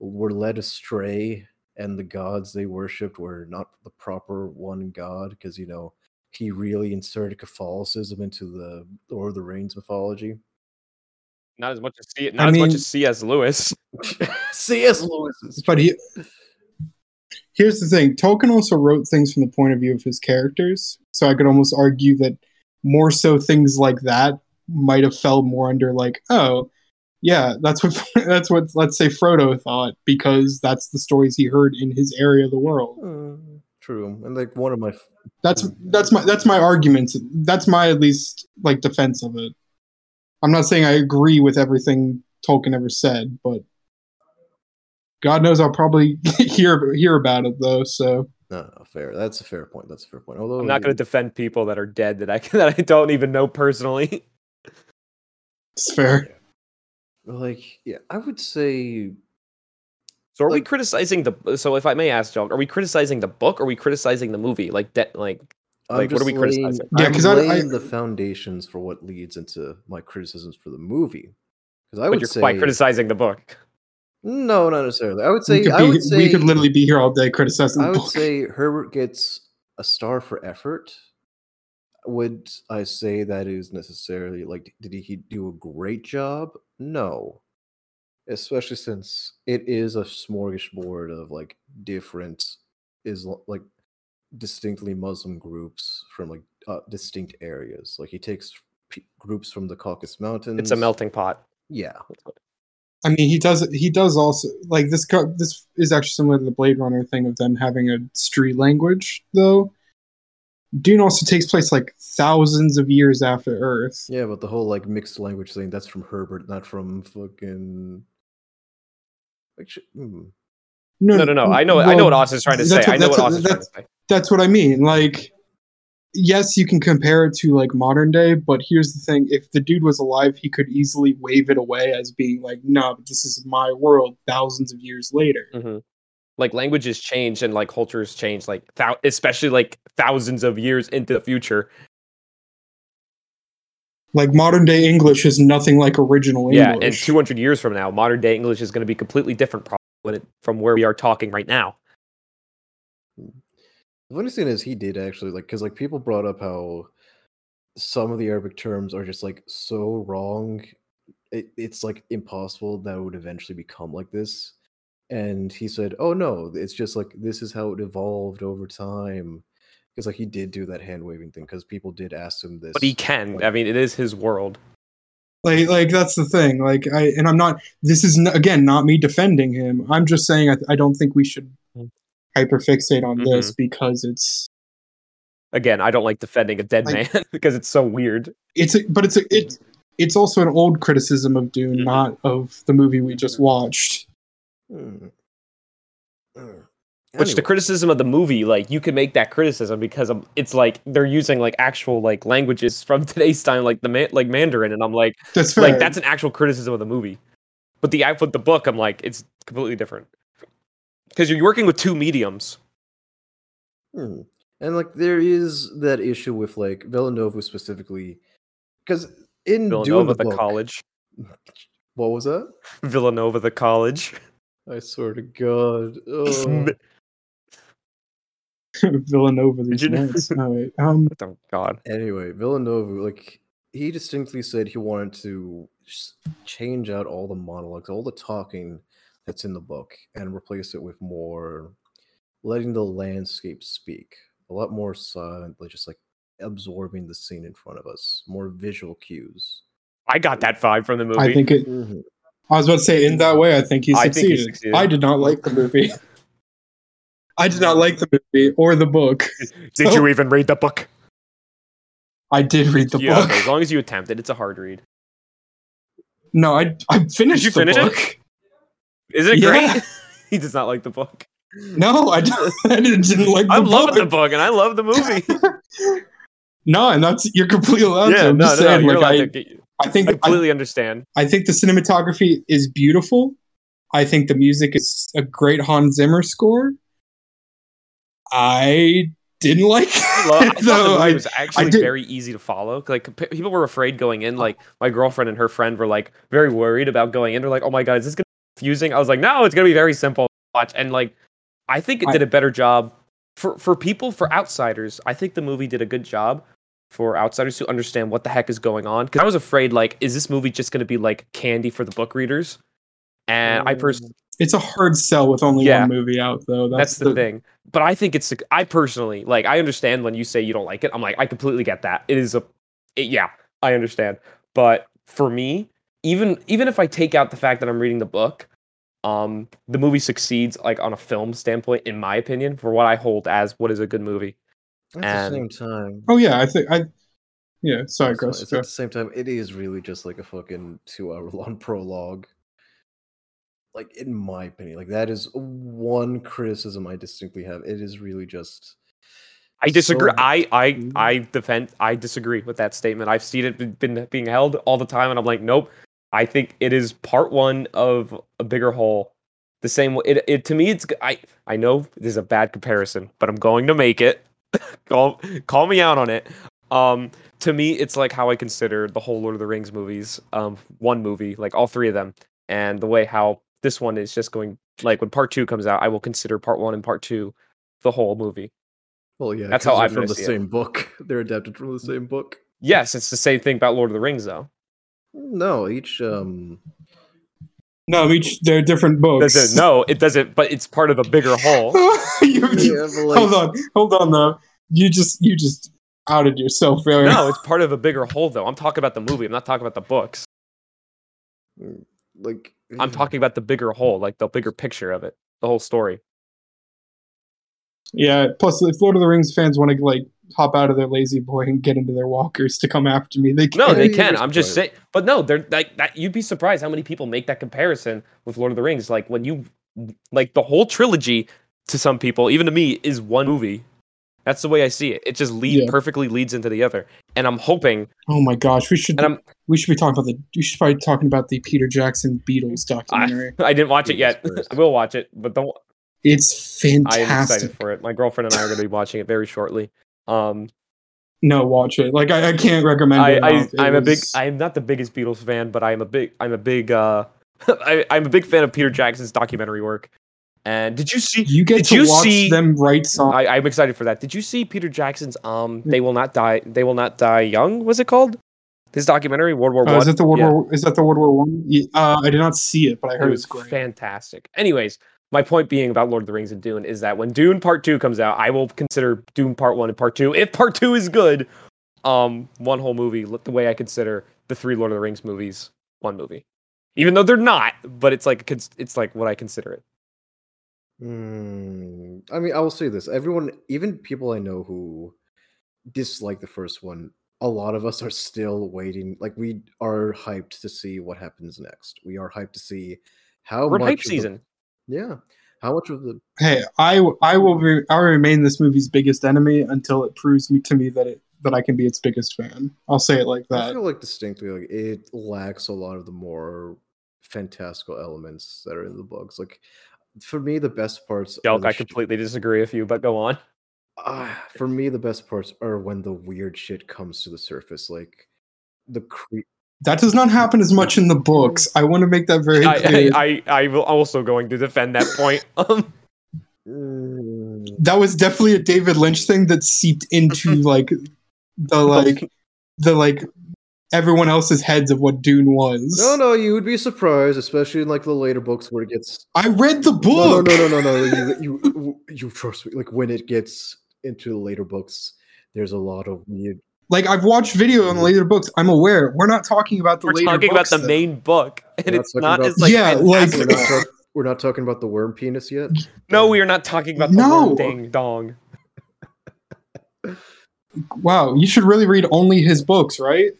[SPEAKER 1] were led astray, and the gods they worshipped were not the proper one god because you know he really inserted Catholicism into the Lord of the Rings mythology.
[SPEAKER 3] Not as much as C.
[SPEAKER 2] I
[SPEAKER 3] Not as much
[SPEAKER 2] mean-
[SPEAKER 3] as C.S. Lewis.
[SPEAKER 1] C.S. Lewis is
[SPEAKER 2] but he, here's the thing: Tolkien also wrote things from the point of view of his characters, so I could almost argue that more so things like that might have fell more under like, oh, yeah, that's what that's what let's say Frodo thought because that's the stories he heard in his area of the world.
[SPEAKER 1] Mm, true, and like one of my f-
[SPEAKER 2] That's that's my that's my argument. That's my at least like defense of it. I'm not saying I agree with everything Tolkien ever said, but God knows I'll probably hear hear about it though. So
[SPEAKER 1] no, no, fair. That's a fair point. That's a fair point. Although
[SPEAKER 3] I'm not going
[SPEAKER 1] it-
[SPEAKER 3] to defend people that are dead that I that I don't even know personally.
[SPEAKER 2] it's fair.
[SPEAKER 1] like yeah, I would say
[SPEAKER 3] So are we
[SPEAKER 1] Like-
[SPEAKER 3] criticizing the? So if I may ask, Joe, are we criticizing the book? Or are we criticizing the movie? Like that? Like
[SPEAKER 1] I'm
[SPEAKER 3] Like, what
[SPEAKER 1] just
[SPEAKER 3] are we
[SPEAKER 1] laying,
[SPEAKER 3] criticizing?
[SPEAKER 2] Yeah,
[SPEAKER 1] I'm
[SPEAKER 2] 'cause I- I-
[SPEAKER 1] laying the foundations for what leads into my criticisms for the movie. Because I
[SPEAKER 3] but
[SPEAKER 1] would
[SPEAKER 3] you're
[SPEAKER 1] say
[SPEAKER 3] by criticizing the book.
[SPEAKER 1] no, not necessarily. I would
[SPEAKER 2] We
[SPEAKER 1] say
[SPEAKER 2] could,
[SPEAKER 1] I
[SPEAKER 2] be,
[SPEAKER 1] would say
[SPEAKER 2] we could literally be here all day criticizing
[SPEAKER 1] I
[SPEAKER 2] the
[SPEAKER 1] would
[SPEAKER 2] book.
[SPEAKER 1] say Herbert gets a star for effort. Would I say that is necessarily like did he do a great job? No. Especially since it is a smorgasbord of like different is like distinctly Muslim groups from like uh, distinct areas. Like he takes p- groups from the Caucasus Mountains.
[SPEAKER 3] It's a melting pot.
[SPEAKER 1] Yeah.
[SPEAKER 2] I mean, he does he does also like this. co- This is actually similar to the Blade Runner thing of them having a street language though, Dune also takes place like thousands of years after Earth.
[SPEAKER 1] Yeah, but the whole like mixed language thing, that's from Herbert, not from fucking. Actually, hmm.
[SPEAKER 3] No, no, no. I know. I know what Austin's trying to say.
[SPEAKER 2] that's what-
[SPEAKER 3] I know what
[SPEAKER 2] that's what-
[SPEAKER 3] Austin's trying to
[SPEAKER 2] that's-
[SPEAKER 3] say.
[SPEAKER 2] That's what I mean. Like, yes, you can compare it to like modern day, but here's the thing: if the dude was alive, he could easily wave it away as being like, "No, but this is my world." Thousands of years later,
[SPEAKER 3] Mhm. Like languages change and like cultures change, like thou- especially like thousands of years into the future.
[SPEAKER 2] like modern day English is nothing like original English.
[SPEAKER 3] Yeah, and 200 years from now, modern day English is going to be completely different prob- when it, from where we are talking right now.
[SPEAKER 1] What I'm saying is, he did actually like because like people brought up how some of the Arabic terms are just like so wrong. It, it's like impossible that it would eventually become like this. And he said, "Oh no, it's just like this is how it evolved over time." Because like he did do that hand waving thing because people did ask him this.
[SPEAKER 3] But he can. I mean, it is his world.
[SPEAKER 2] like like that's the thing like i and i'm not this is n- again not me defending him i'm just saying i, I don't think we should hyperfixate on this because it's
[SPEAKER 3] Again, I don't like defending a dead
[SPEAKER 2] Like-
[SPEAKER 3] man because it's so weird.
[SPEAKER 2] it's a, but it's a, it it's also an old criticism of dune
[SPEAKER 3] Mhm.
[SPEAKER 2] not of the movie we just watched
[SPEAKER 1] Hmm. Hmm.
[SPEAKER 3] Which the
[SPEAKER 1] Anyway.
[SPEAKER 3] criticism of the movie, like you can make that criticism because um, it's like they're using like actual like languages from today's time, like the man- like Mandarin, and I'm like,
[SPEAKER 2] that's fair.
[SPEAKER 3] like that's an actual criticism of the movie. But the output, the book, I'm like, it's completely different because you're working with two mediums.
[SPEAKER 1] Hmm. And like there is that issue with like Villanova specifically, because in Dune
[SPEAKER 3] Villanova,
[SPEAKER 1] the,
[SPEAKER 3] the
[SPEAKER 1] book-
[SPEAKER 3] college.
[SPEAKER 1] What was that?
[SPEAKER 3] Villanova, the college.
[SPEAKER 1] I swear to God. Oh.
[SPEAKER 2] villanova these
[SPEAKER 3] Did you-
[SPEAKER 2] nights. Oh, wait. um
[SPEAKER 3] oh God.
[SPEAKER 1] anyway, Villanova, like he distinctly said he wanted to s- change out all the monologues, all the talking that's in the book, and replace it with more letting the landscape speak, a lot more silently, just like absorbing the scene in front of us, more visual cues.
[SPEAKER 3] I got that vibe from the movie.
[SPEAKER 2] i think it
[SPEAKER 1] Mhm.
[SPEAKER 2] i was about to say in that way i think he
[SPEAKER 3] I
[SPEAKER 2] succeeded i,
[SPEAKER 3] think he succeeded.
[SPEAKER 2] did not like the movie i did not like the movie or the book
[SPEAKER 3] Did you even read the book?
[SPEAKER 2] i did read the
[SPEAKER 3] yeah,
[SPEAKER 2] book
[SPEAKER 3] as long as you attempt it, it's a hard read.
[SPEAKER 2] No, I I finished
[SPEAKER 3] you
[SPEAKER 2] the
[SPEAKER 3] finish it?
[SPEAKER 2] book.
[SPEAKER 3] Is it
[SPEAKER 2] Yeah.
[SPEAKER 3] great? he does not like the book.
[SPEAKER 2] No, I, don't- I didn't, didn't like the
[SPEAKER 3] I'm
[SPEAKER 2] book.
[SPEAKER 3] loving the book, and I love the movie.
[SPEAKER 2] No, and that's you're completely allowed to.
[SPEAKER 3] yeah,
[SPEAKER 2] I'm
[SPEAKER 3] no,
[SPEAKER 2] just
[SPEAKER 3] no,
[SPEAKER 2] saying,
[SPEAKER 3] no, you're
[SPEAKER 2] like,
[SPEAKER 3] allowed
[SPEAKER 2] I,
[SPEAKER 3] to get-
[SPEAKER 2] I think
[SPEAKER 3] I
[SPEAKER 2] I,
[SPEAKER 3] completely understand.
[SPEAKER 2] I think the cinematography is beautiful. I think the music is a great Hans Zimmer score. I didn't like
[SPEAKER 3] I love- I
[SPEAKER 2] it
[SPEAKER 3] thought the
[SPEAKER 2] though.
[SPEAKER 3] movie
[SPEAKER 2] I,
[SPEAKER 3] was actually
[SPEAKER 2] did-
[SPEAKER 3] very easy to follow. Like compa- people were afraid going in. Like my girlfriend and her friend were like very worried about going in. They're like, "Oh my god, is this gonna be confusing?" I was like, "No, it's gonna be very simple." to Watch and like, I think it
[SPEAKER 2] I-
[SPEAKER 3] did a better job for for people for outsiders. I think the movie did a good job for outsiders to understand what the heck is going on. Because I was afraid, like, is this movie just gonna be like candy for the book readers? And I personally.
[SPEAKER 2] it's a hard sell with only
[SPEAKER 3] Yeah.
[SPEAKER 2] one movie out though. That's,
[SPEAKER 3] That's, the, thing. But I think it's. I personally like. I understand when you say you don't like it. I'm like, I completely get that. It is a. it- yeah, I understand. But for me, even even if I take out the fact that I'm reading the book, um, the movie succeeds like on a film standpoint, in my opinion, for what I hold as what is a good movie.
[SPEAKER 1] At the
[SPEAKER 3] And-
[SPEAKER 1] same time,
[SPEAKER 2] Oh yeah, I think I. Yeah, sorry,
[SPEAKER 1] it's not-
[SPEAKER 2] Chris.
[SPEAKER 1] it's at the same time, it is really just like a fucking two-hour-long prologue. Like in my opinion, like that is one criticism I distinctly have. It is really just
[SPEAKER 3] I disagree.
[SPEAKER 1] So-
[SPEAKER 3] I I
[SPEAKER 1] Mhm.
[SPEAKER 3] I defend. I disagree with that statement. I've seen it be- been being held all the time, and I'm like, nope. I think it is part one of a bigger whole. The same way. It, it to me, it's. g- I I know this is a bad comparison, but I'm going to make it. call call me out on it. Um, to me, it's like how I consider the whole Lord of the Rings movies. Um, one movie, like all three of them, and the way how this one is just going. Like when part two comes out, I will consider part one and part two the whole movie.
[SPEAKER 1] well, yeah,
[SPEAKER 3] That's how
[SPEAKER 1] 'cause
[SPEAKER 3] I'm
[SPEAKER 1] they're
[SPEAKER 3] gonna
[SPEAKER 1] from the
[SPEAKER 3] see it.
[SPEAKER 1] same book. They're adapted from the same book.
[SPEAKER 3] Yes, it's the same thing about Lord of the Rings, though.
[SPEAKER 1] No, each um,
[SPEAKER 2] No, each they're different books.
[SPEAKER 3] Does it? No, it doesn't. But it's part of a bigger whole.
[SPEAKER 2] You- you-
[SPEAKER 1] yeah, but,
[SPEAKER 2] hold
[SPEAKER 1] like,
[SPEAKER 2] on, hold on though. You just you just outed yourself there.
[SPEAKER 3] No, it's part of a bigger whole, though. I'm talking about the movie. I'm not talking about the books.
[SPEAKER 1] like
[SPEAKER 3] I'm talking about the bigger whole, like the bigger picture of it, the whole story.
[SPEAKER 2] Yeah. Plus, if Lord of the Rings fans want to like hop out of their lazy boy and get into their walkers to come after me, they can.
[SPEAKER 3] No, they
[SPEAKER 2] not
[SPEAKER 3] can. I'm just saying, but no, they're like that. You'd be surprised how many people make that comparison with Lord of the Rings. Like when you, like the whole trilogy to some people, even to me, is one movie. That's the way I see it. It just lead
[SPEAKER 2] Yeah.
[SPEAKER 3] perfectly leads into the other, and I'm hoping.
[SPEAKER 2] Oh my gosh, we should.
[SPEAKER 3] And I'm-
[SPEAKER 2] We should be talking about the. We should probably be talking about the Peter Jackson Beatles documentary.
[SPEAKER 3] I didn't watch it
[SPEAKER 1] Jesus
[SPEAKER 3] yet.
[SPEAKER 1] Christ.
[SPEAKER 3] I will watch it, but don't.
[SPEAKER 2] it's
[SPEAKER 3] I am
[SPEAKER 2] fantastic.
[SPEAKER 3] excited for it. My girlfriend and I are going to be watching it very shortly. Um,
[SPEAKER 2] No, watch it. Like I, I can't recommend
[SPEAKER 3] I,
[SPEAKER 2] it.
[SPEAKER 3] I
[SPEAKER 2] enough. It
[SPEAKER 3] I'm a big
[SPEAKER 2] was-
[SPEAKER 3] I am not the biggest Beatles fan, but I am a big I'm a big uh I, I'm a big fan of Peter Jackson's documentary work. And did you see?
[SPEAKER 2] you get
[SPEAKER 3] did
[SPEAKER 2] to
[SPEAKER 3] you
[SPEAKER 2] watch
[SPEAKER 3] see-
[SPEAKER 2] them write songs.
[SPEAKER 3] I, I'm excited for that. Did you see Peter Jackson's um They Will Not Die They Will Not Die Young? Was it called? His documentary World War
[SPEAKER 2] Uh,
[SPEAKER 3] One.
[SPEAKER 2] is that the World
[SPEAKER 3] Yeah.
[SPEAKER 2] War? Is that the World War One? Yeah, Uh, I did not see it, but I heard
[SPEAKER 3] It
[SPEAKER 2] it's
[SPEAKER 3] was
[SPEAKER 2] great.
[SPEAKER 3] fantastic. Anyways, my point being about Lord of the Rings and Dune is that when Dune Part Two comes out, I will consider Dune Part One and Part Two. If Part Two is good, um, one whole movie. look The way I consider the three Lord of the Rings movies, one movie, even though they're not. But it's like cons- it's like what I consider it.
[SPEAKER 1] Hmm. I mean, I will say this: everyone, even people I know who dislike the first one, a lot of us are still waiting. Like we are hyped to see what happens next. We are hyped to see how
[SPEAKER 3] We're in
[SPEAKER 1] much
[SPEAKER 3] hype
[SPEAKER 1] of the-
[SPEAKER 3] season.
[SPEAKER 1] yeah, how much of the
[SPEAKER 2] Hey, I I will re- I will remain this movie's biggest enemy until it proves me to me that it that I can be its biggest fan. I'll say it like
[SPEAKER 1] I
[SPEAKER 2] that.
[SPEAKER 1] feel like distinctly like it lacks a lot of the more fantastical elements that are in the books. Like for me, the best parts. are
[SPEAKER 3] Delk,
[SPEAKER 1] the
[SPEAKER 3] I
[SPEAKER 1] sh-
[SPEAKER 3] completely disagree with you, but go on.
[SPEAKER 1] Ah, for me, the best parts are when the weird shit comes to the surface, like the cre-
[SPEAKER 2] That does not happen as much in the books. I want to make that very
[SPEAKER 3] I,
[SPEAKER 2] clear.
[SPEAKER 3] I, I, I will also going to defend that point. Um,
[SPEAKER 1] Mm,
[SPEAKER 2] that was definitely a David Lynch thing that seeped into
[SPEAKER 1] Mm-hmm.
[SPEAKER 2] like the like the like everyone else's heads of what Dune was.
[SPEAKER 1] No, no, you would be surprised, especially in like the later books where it gets.
[SPEAKER 2] I read the
[SPEAKER 1] No, no,
[SPEAKER 2] book.
[SPEAKER 1] no, no, no, no. You, you, you trust me. Like when it gets into the later books, there's a lot of weird.
[SPEAKER 2] Like I've watched video on the later books. I'm aware. We're not talking about the
[SPEAKER 3] we're
[SPEAKER 2] later
[SPEAKER 3] talking about
[SPEAKER 2] books.
[SPEAKER 3] the
[SPEAKER 2] though.
[SPEAKER 3] main book, and
[SPEAKER 1] not
[SPEAKER 3] it's
[SPEAKER 1] talking
[SPEAKER 3] not
[SPEAKER 1] about-
[SPEAKER 3] as like
[SPEAKER 2] Yeah, like-
[SPEAKER 1] We're
[SPEAKER 3] fantastic.
[SPEAKER 1] not, talk- we're not talking about the worm penis yet.
[SPEAKER 3] No, we are not talking about the
[SPEAKER 2] No.
[SPEAKER 3] worm ding dong.
[SPEAKER 2] Wow, you should really read only his books, right?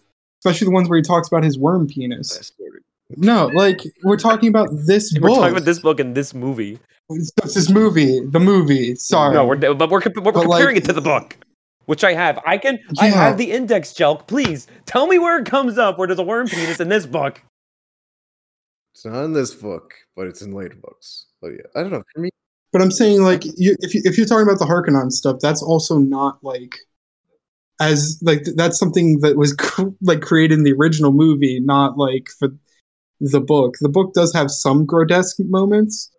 [SPEAKER 2] Especially the ones where he talks about his worm
[SPEAKER 1] I
[SPEAKER 2] penis.
[SPEAKER 1] swear to-
[SPEAKER 2] No, like we're talking about this
[SPEAKER 3] We're
[SPEAKER 2] book.
[SPEAKER 3] talking about this book and this movie.
[SPEAKER 2] It's, it's this movie, the movie. Sorry.
[SPEAKER 3] No, we're but we're, comp- we're
[SPEAKER 2] But, like-
[SPEAKER 3] comparing it to the book, which I have. I can I
[SPEAKER 2] Yeah.
[SPEAKER 3] have the index, Jelk. Please tell me where it comes up. Where does a worm penis in this book?
[SPEAKER 1] It's not in this book, but it's in later books. But yeah, I don't know. For me,
[SPEAKER 2] but I'm saying like you, if you, if you're talking about the Harkonnen stuff, that's also not like as like th- that's something that was cr- like created in the original movie, not like for the book. The book does have some grotesque moments,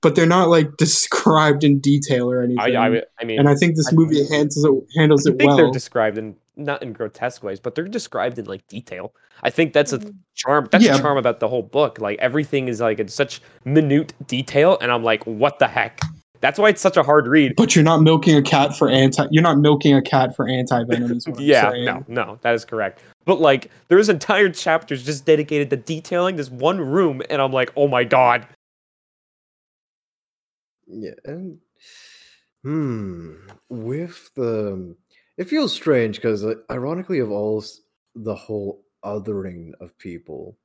[SPEAKER 2] but they're not like described in detail or anything.
[SPEAKER 3] I I, I mean,
[SPEAKER 2] and I think this
[SPEAKER 3] I-
[SPEAKER 2] movie handles it handles
[SPEAKER 3] I
[SPEAKER 2] it
[SPEAKER 3] think they're
[SPEAKER 2] well.
[SPEAKER 3] described in not in grotesque ways, but they're described in like detail. I think that's a charm. That's
[SPEAKER 2] Yeah.
[SPEAKER 3] a charm about the whole book. Like everything is like in such minute detail, and I'm like, what the heck? That's why it's such a hard read.
[SPEAKER 2] But you're not milking a cat for anti. You're not milking a cat for anti venom. Is what
[SPEAKER 3] Yeah,
[SPEAKER 2] I'm saying.
[SPEAKER 3] no, no, that is correct. But like, there's entire chapters just dedicated to detailing this one room, and I'm like, oh my god.
[SPEAKER 1] yeah, and hmm, with the it feels strange because ironically, of all s- the whole othering of people,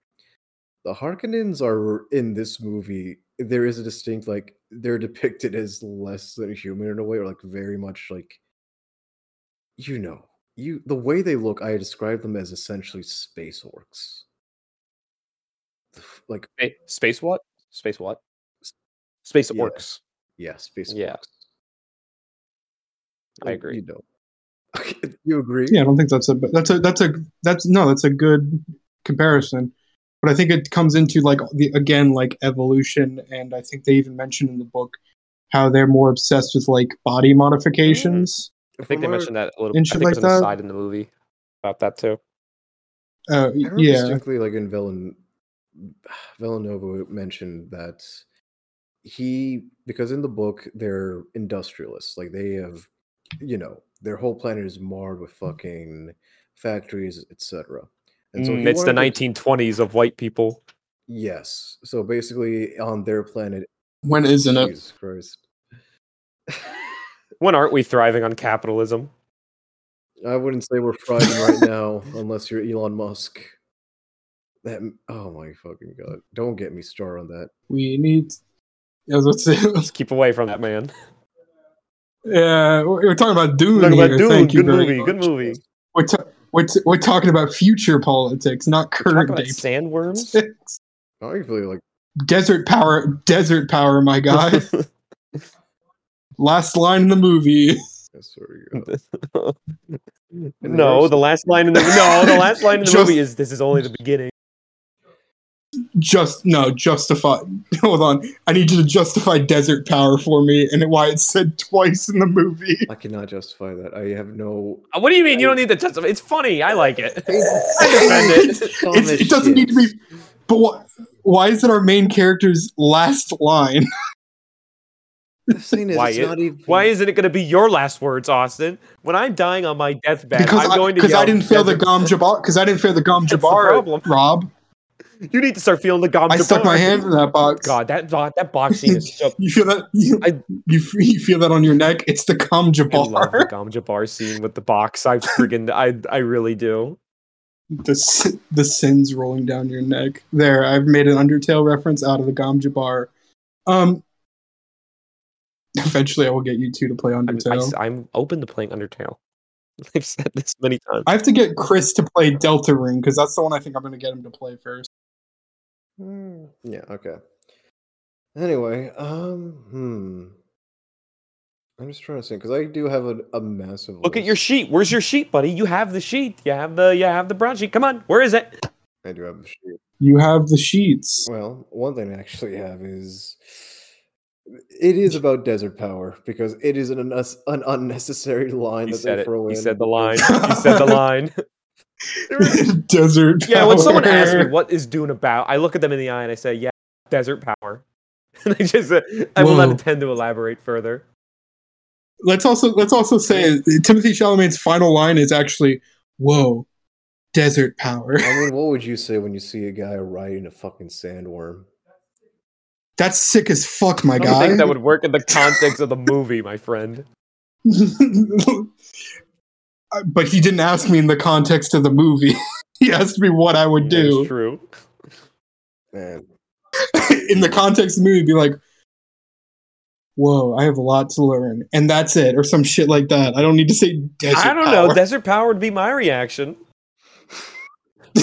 [SPEAKER 1] the Harkonnens are in this movie. There is a distinct like they're depicted as less than human in a way, or like very much like you know you the way they look. I describe them as essentially space orcs. The f- Like
[SPEAKER 3] Hey, space what? Space what? Space
[SPEAKER 1] Yeah.
[SPEAKER 3] orcs.
[SPEAKER 1] Yeah, space.
[SPEAKER 3] Yeah.
[SPEAKER 1] walks.
[SPEAKER 3] I
[SPEAKER 1] Well,
[SPEAKER 3] agree.
[SPEAKER 1] You know, you agree?
[SPEAKER 2] Yeah, I don't think that's a that's a that's a that's no that's a good comparison. But I think it comes into like the again like evolution, and I think they even mentioned in the book how they're more obsessed with like body modifications.
[SPEAKER 3] I think they mentioned that a little. I
[SPEAKER 2] and
[SPEAKER 3] think
[SPEAKER 2] shit
[SPEAKER 3] there's
[SPEAKER 2] like
[SPEAKER 3] an
[SPEAKER 2] that.
[SPEAKER 3] aside in the movie about that too. Mm.
[SPEAKER 2] Uh,
[SPEAKER 1] I remember
[SPEAKER 2] yeah,
[SPEAKER 1] distinctly, like in Villan- Villanova mentioned that he because in the book they're industrialists, like they have, you know, their whole planet is marred with fucking factories, etc.
[SPEAKER 3] Mm,
[SPEAKER 1] he
[SPEAKER 3] it's the
[SPEAKER 1] wanted to-
[SPEAKER 3] 1920s of white people.
[SPEAKER 1] Yes. So basically, on their planet,
[SPEAKER 2] when isn't it?
[SPEAKER 1] Jesus Christ.
[SPEAKER 3] When aren't we thriving on capitalism?
[SPEAKER 1] I wouldn't say we're thriving right now unless you're Elon Musk. That m- oh my fucking god! Don't get me started on that.
[SPEAKER 2] We need. I was about to say-
[SPEAKER 3] Let's keep away from that man.
[SPEAKER 2] yeah, we're we're talking about Dune.
[SPEAKER 3] Talking about
[SPEAKER 2] here,
[SPEAKER 3] Dune,
[SPEAKER 2] Thank you
[SPEAKER 3] good
[SPEAKER 2] very
[SPEAKER 3] movie,
[SPEAKER 2] much.
[SPEAKER 3] good movie.
[SPEAKER 2] We're, ta- we're, t- we're talking about future politics, not
[SPEAKER 3] Talk
[SPEAKER 2] current
[SPEAKER 3] about
[SPEAKER 2] day
[SPEAKER 3] sandworms.
[SPEAKER 2] politics.
[SPEAKER 1] I feel like
[SPEAKER 2] Desert power, desert power, my guy. Last line in the movie.
[SPEAKER 1] yes, there we go.
[SPEAKER 3] no, the last line in the no, the last line in the
[SPEAKER 2] Just-
[SPEAKER 3] movie is this is only the beginning.
[SPEAKER 2] Just no, justify. Hold on, I need you to justify desert power for me and why it's said twice in the movie.
[SPEAKER 1] I cannot justify that. I have no.
[SPEAKER 3] Uh, What do you mean? You don't need to justify. It's funny. I like it. defend it.
[SPEAKER 2] It's- it's- it doesn't need to be. But why, why is it our main character's last line?
[SPEAKER 1] The thing is,
[SPEAKER 3] Why
[SPEAKER 1] it's
[SPEAKER 3] it-
[SPEAKER 1] not even.
[SPEAKER 3] Why isn't it going to be your last words, Austin? When I'm dying on my deathbed,
[SPEAKER 2] Because
[SPEAKER 3] I'm
[SPEAKER 2] I,
[SPEAKER 3] going to
[SPEAKER 2] because I
[SPEAKER 3] yell,
[SPEAKER 2] didn't fail the
[SPEAKER 3] "Desert-
[SPEAKER 2] Gom Jabbar. Because I didn't fail the Gom
[SPEAKER 3] That's the problem.
[SPEAKER 2] Jabbar. Rob,
[SPEAKER 3] You need to start feeling the gum.
[SPEAKER 2] I stuck my hand in that box.
[SPEAKER 3] God, that bo- that boxing is so.
[SPEAKER 2] You feel that? You,
[SPEAKER 3] I-
[SPEAKER 2] you, f- you feel that on your neck? It's the Gom
[SPEAKER 3] I love the
[SPEAKER 2] Jabbar.
[SPEAKER 3] Gom Jabbar scene with the box. I friggin' I I really do.
[SPEAKER 2] The s- the sins rolling down your neck. There, I've made an Undertale reference out of the Gom Jabbar. Um. Eventually, I will get you two to play
[SPEAKER 3] I'm,
[SPEAKER 2] Undertale.
[SPEAKER 3] I, am i am open to playing Undertale. I've said this many times.
[SPEAKER 2] I have to get Chris to play Delta Ring because that's the one I think I'm going to get him to play first.
[SPEAKER 1] Hmm, Yeah. Okay. Anyway, um, hmm. I'm just trying to think because I do have a, a massive.
[SPEAKER 3] Look at your
[SPEAKER 1] list.
[SPEAKER 3] sheet. Where's your sheet, buddy? You have the sheet. You have the you have the brown sheet. Come on, where is it?
[SPEAKER 1] I do have a sheet.
[SPEAKER 2] You have the sheets.
[SPEAKER 1] Well, one thing I actually have is it is about desert power because it is an, unnes- an unnecessary line
[SPEAKER 3] He
[SPEAKER 1] that
[SPEAKER 3] said
[SPEAKER 1] they
[SPEAKER 3] it.
[SPEAKER 1] throw in.
[SPEAKER 3] He said the line. He said the line.
[SPEAKER 2] Desert.
[SPEAKER 3] Yeah, when someone asks me
[SPEAKER 2] power.
[SPEAKER 3] what is Dune about, I look at them in the eye and I say, "Yeah, desert power." And I just uh, I will not
[SPEAKER 2] Whoa.
[SPEAKER 3] intend to elaborate further.
[SPEAKER 2] let's also let's also say Timothy Chalamet's final line is actually, "Whoa, desert power."
[SPEAKER 1] I mean, what would you say when you see a guy riding a fucking sandworm?
[SPEAKER 2] That's sick as fuck, my
[SPEAKER 3] I don't
[SPEAKER 2] guy.
[SPEAKER 3] think that would work in the context of the movie, my friend.
[SPEAKER 2] Uh, but he didn't ask me in the context of the movie. he asked me what I would
[SPEAKER 3] That's
[SPEAKER 2] do
[SPEAKER 3] true.
[SPEAKER 1] Man,
[SPEAKER 2] in the context of the movie. Be like. Whoa, I have a lot to learn. And that's it, or some shit like that. I don't need to say desert
[SPEAKER 3] I don't know.
[SPEAKER 2] power.
[SPEAKER 3] Desert power would be my reaction.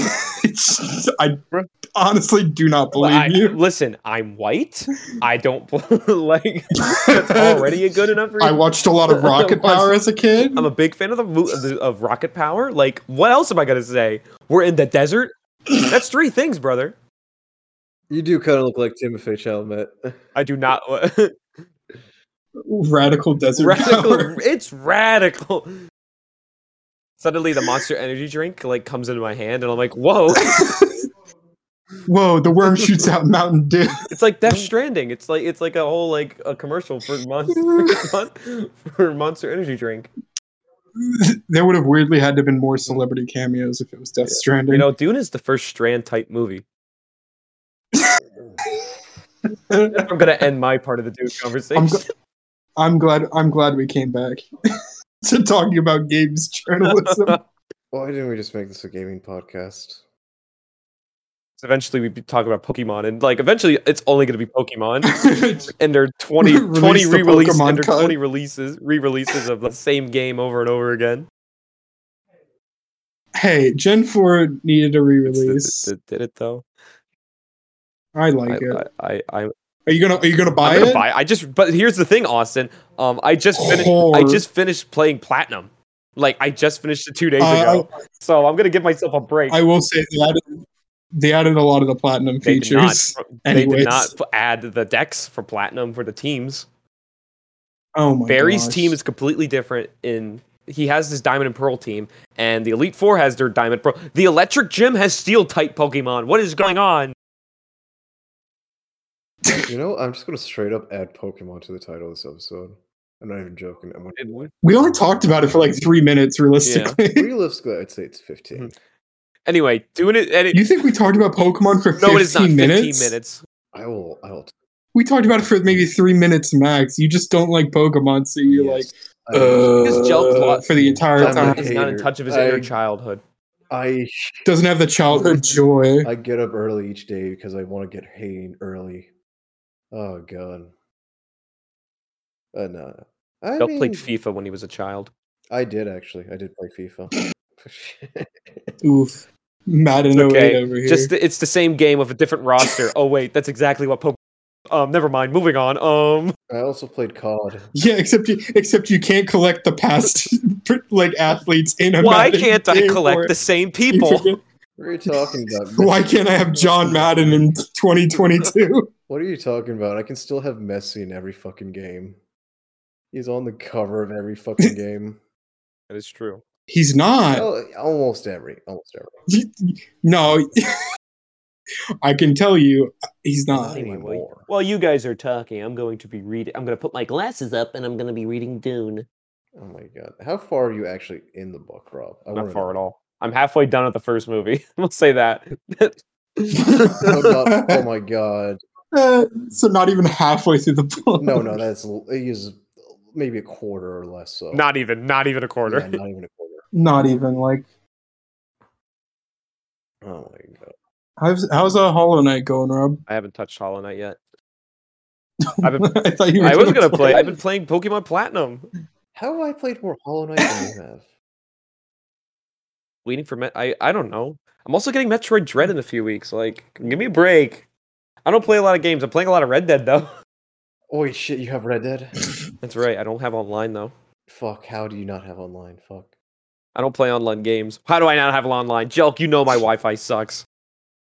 [SPEAKER 2] It's just- I honestly do not believe
[SPEAKER 3] I-
[SPEAKER 2] you.
[SPEAKER 3] Listen, I'm white. I don't like. That's already a good enough
[SPEAKER 2] I
[SPEAKER 3] reason.
[SPEAKER 2] watched a lot of Rocket Power as a kid.
[SPEAKER 3] I'm a big fan of the, mo- of the of rocket power. Like, what else am I gonna say? We're in the desert. That's three things, brother.
[SPEAKER 1] you do kind of look like Timothy Chalamet.
[SPEAKER 3] I do not
[SPEAKER 2] Radical desert power.
[SPEAKER 3] radical. It's radical. Suddenly, the Monster Energy drink like comes into my hand, and I'm like, "Whoa!"
[SPEAKER 2] Whoa, the worm shoots out Mountain Dew.
[SPEAKER 3] It's like Death Stranding. It's like it's like a whole like a commercial for Monster for Monster Energy drink.
[SPEAKER 2] there would have weirdly had to have been more celebrity cameos if it was Death
[SPEAKER 3] Yeah.
[SPEAKER 2] Stranding.
[SPEAKER 3] You know, Dune is the first Strand type movie. I'm gonna end my part of the Dune
[SPEAKER 2] I'm,
[SPEAKER 3] conversation.
[SPEAKER 2] gl- I'm glad. I'm glad we came back to talking about games journalism.
[SPEAKER 1] Why didn't we just make this a gaming podcast?
[SPEAKER 3] eventually, we talk about Pokemon, and like eventually, it's only gonna be Pokemon. and their 20,
[SPEAKER 2] Release
[SPEAKER 3] 20
[SPEAKER 2] the
[SPEAKER 3] re-releases
[SPEAKER 2] Pokemon
[SPEAKER 3] and their
[SPEAKER 2] card.
[SPEAKER 3] 20 releases re-releases of the same game over and over again.
[SPEAKER 2] hey, Gen Four needed a
[SPEAKER 3] It's- it-
[SPEAKER 2] re-release.
[SPEAKER 3] it- it did it though.
[SPEAKER 2] I like
[SPEAKER 3] I,
[SPEAKER 2] it.
[SPEAKER 3] I, I, I,
[SPEAKER 2] are you gonna Are you gonna buy
[SPEAKER 3] I'm gonna
[SPEAKER 2] it?
[SPEAKER 3] buy. I just but here's the thing, Austin. Um, I just finished. I
[SPEAKER 2] Whore.
[SPEAKER 3] just finished playing Platinum. Like I just finished it two days
[SPEAKER 2] Uh,
[SPEAKER 3] ago, so I'm gonna give myself a break.
[SPEAKER 2] I will say they added, they added a lot of the platinum
[SPEAKER 3] they did not.
[SPEAKER 2] features.
[SPEAKER 3] They
[SPEAKER 2] Anyways.
[SPEAKER 3] did not p- add the decks for Platinum for the teams.
[SPEAKER 2] Oh my
[SPEAKER 3] Barry's
[SPEAKER 2] gosh.
[SPEAKER 3] team is completely different in he has his diamond and pearl team and the elite 4 has their diamond pearl. The electric gym has steel type pokemon. What is going on?
[SPEAKER 1] You know, I'm just gonna straight up add Pokemon to the title of this episode. I'm not even joking. I'm gonna,
[SPEAKER 2] We only talked about it for like three minutes, realistically.
[SPEAKER 1] realistically, I'd say it's 15.
[SPEAKER 3] Mm-hmm. Anyway, doing it and it,
[SPEAKER 2] you think we talked about Pokemon for 15
[SPEAKER 3] no it is not 15
[SPEAKER 2] minutes?
[SPEAKER 3] minutes.
[SPEAKER 1] I will. I will.
[SPEAKER 2] we talked about it for maybe three minutes max. You just don't like Pokemon, so you're
[SPEAKER 1] Yes.
[SPEAKER 2] like,
[SPEAKER 1] I-
[SPEAKER 2] uh,
[SPEAKER 3] Because Jelb's lot-
[SPEAKER 2] for the entire
[SPEAKER 1] Jelb's
[SPEAKER 2] time.
[SPEAKER 1] lot-
[SPEAKER 3] is not in
[SPEAKER 1] hater.
[SPEAKER 3] touch of his
[SPEAKER 1] I-
[SPEAKER 3] inner childhood.
[SPEAKER 1] I
[SPEAKER 2] Doesn't have the childhood joy.
[SPEAKER 1] I get up early each day because I want to get Hayden early. Oh god. Uh, no. I
[SPEAKER 3] Jelb
[SPEAKER 1] mean,
[SPEAKER 3] played FIFA when he was a child.
[SPEAKER 1] I did actually. I did play FIFA.
[SPEAKER 2] Oof. Madden
[SPEAKER 3] okay.
[SPEAKER 2] 08 over here.
[SPEAKER 3] Just it's the same game of a different roster. oh wait, that's exactly what Pokemon. Um, never mind. Moving on. Um,
[SPEAKER 1] I also played COD.
[SPEAKER 2] yeah, except you, except you can't collect the past like athletes in a
[SPEAKER 3] why
[SPEAKER 2] Madden
[SPEAKER 3] can't I
[SPEAKER 2] game
[SPEAKER 3] collect
[SPEAKER 2] for-
[SPEAKER 3] the same
[SPEAKER 2] You
[SPEAKER 3] people?
[SPEAKER 2] forget-
[SPEAKER 1] What are you talking about?
[SPEAKER 2] Why can't I have John Madden in 2022?
[SPEAKER 1] What are you talking about? I can still have Messi in every fucking game. He's on the cover of every fucking game.
[SPEAKER 3] That is true.
[SPEAKER 2] He's not.
[SPEAKER 1] Oh, almost every, almost every.
[SPEAKER 2] No, I can tell you, he's
[SPEAKER 1] Not
[SPEAKER 2] not.
[SPEAKER 1] anymore.
[SPEAKER 4] While you guys are talking, I'm going to be reading. I'm going to put my glasses up and I'm going to be reading Dune.
[SPEAKER 1] Oh my god, how far are you actually in the book, Rob? I
[SPEAKER 3] Not far at all. I'm halfway done at the first movie. I'll say that.
[SPEAKER 1] I'm not- oh my god,
[SPEAKER 2] Uh, so not even halfway through the book.
[SPEAKER 1] no, no, that's l- it is maybe a quarter or less. So
[SPEAKER 3] not even. Not even a quarter.
[SPEAKER 1] Yeah, not even a quarter.
[SPEAKER 2] not even like
[SPEAKER 1] Oh my god,
[SPEAKER 2] how's how's a Hollow Knight going, Rob?
[SPEAKER 3] I haven't touched Hollow Knight yet. I've been,
[SPEAKER 2] I thought you.
[SPEAKER 3] I was gonna play. I've been playing Pokemon Platinum.
[SPEAKER 1] how have I played more Hollow Knight than you have?
[SPEAKER 3] Waiting for Met. I I don't know. I'm also getting Metroid Dread in a few weeks. Like, give me a break. I don't play a lot of games. I'm playing a lot of Red Dead though.
[SPEAKER 1] Oh wait, shit, you have Red Dead.
[SPEAKER 3] That's right. I don't have online though.
[SPEAKER 1] Fuck, how do you not have online? Fuck.
[SPEAKER 3] I don't play online games. How do I not have it online? Jelk, you know my Wi-Fi sucks.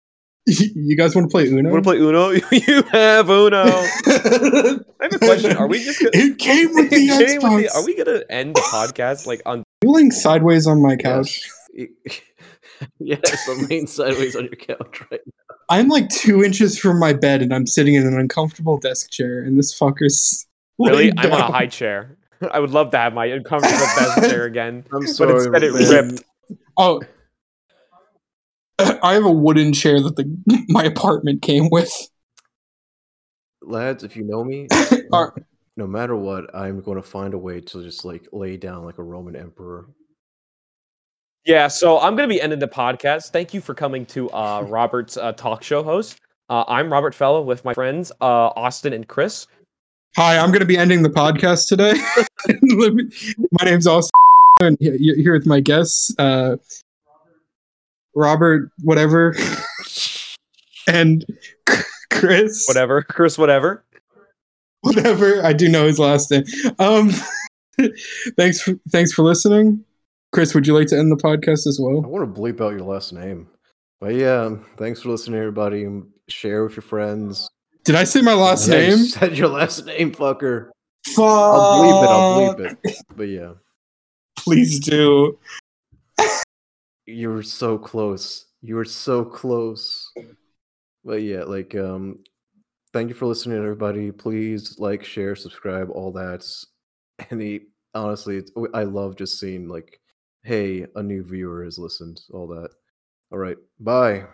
[SPEAKER 2] you guys want to play Uno?
[SPEAKER 3] You want to play Uno? you have Uno. I
[SPEAKER 2] I
[SPEAKER 3] have a question. Are we just gonna?
[SPEAKER 2] It came with the
[SPEAKER 3] Kidding
[SPEAKER 2] Xbox.
[SPEAKER 3] with the- are we gonna end the podcast like on?
[SPEAKER 2] You laying sideways on my couch.
[SPEAKER 1] Yes.
[SPEAKER 5] Yes, I'm laying sideways on your couch right
[SPEAKER 2] I'm like two inches from my bed, and I'm sitting in an uncomfortable desk chair, and this fucker's
[SPEAKER 3] Really,
[SPEAKER 2] laid
[SPEAKER 3] I'm on a
[SPEAKER 2] down.
[SPEAKER 3] high chair. I would love to have my uncomfortable best chair again.
[SPEAKER 5] now. I'm
[SPEAKER 3] sorry, instead it man. ripped.
[SPEAKER 2] Oh. I have a wooden chair that the my apartment came with.
[SPEAKER 1] Lads, if you know me,
[SPEAKER 2] Are-
[SPEAKER 1] no matter what, I'm going to find a way to just like lay down like a Roman emperor.
[SPEAKER 3] Yeah, so I'm going to be ending the podcast. Thank you for coming to uh, Robert's uh, talk show host. Uh, I'm Robert Fellow with my friends uh, Austin and Chris.
[SPEAKER 2] Hi, I'm going to be ending the podcast today. Let me- my name's Austin, and y- you're here with my guests, uh, Robert, whatever, and Chris,
[SPEAKER 3] Whatever, Chris, whatever.
[SPEAKER 2] whatever. I do know his last name. Um, thanks, for, thanks for listening, Chris. Would you like to end the podcast as
[SPEAKER 1] I
[SPEAKER 2] well?
[SPEAKER 1] want to bleep out your last name. But yeah, thanks for listening, everybody. and Share with your friends.
[SPEAKER 2] Did I say my last
[SPEAKER 1] Yeah, you
[SPEAKER 2] name?
[SPEAKER 1] said your last name, fucker.
[SPEAKER 2] Fuck.
[SPEAKER 1] I'll bleep it. I'll bleep it. But yeah,
[SPEAKER 2] Please do.
[SPEAKER 1] you were so close. You were so close. But yeah, like, um, thank you for listening, everybody. Please like, share, subscribe, all that. And the honestly, it's, I love just seeing like, hey, a new viewer has listened, all that. All right, bye.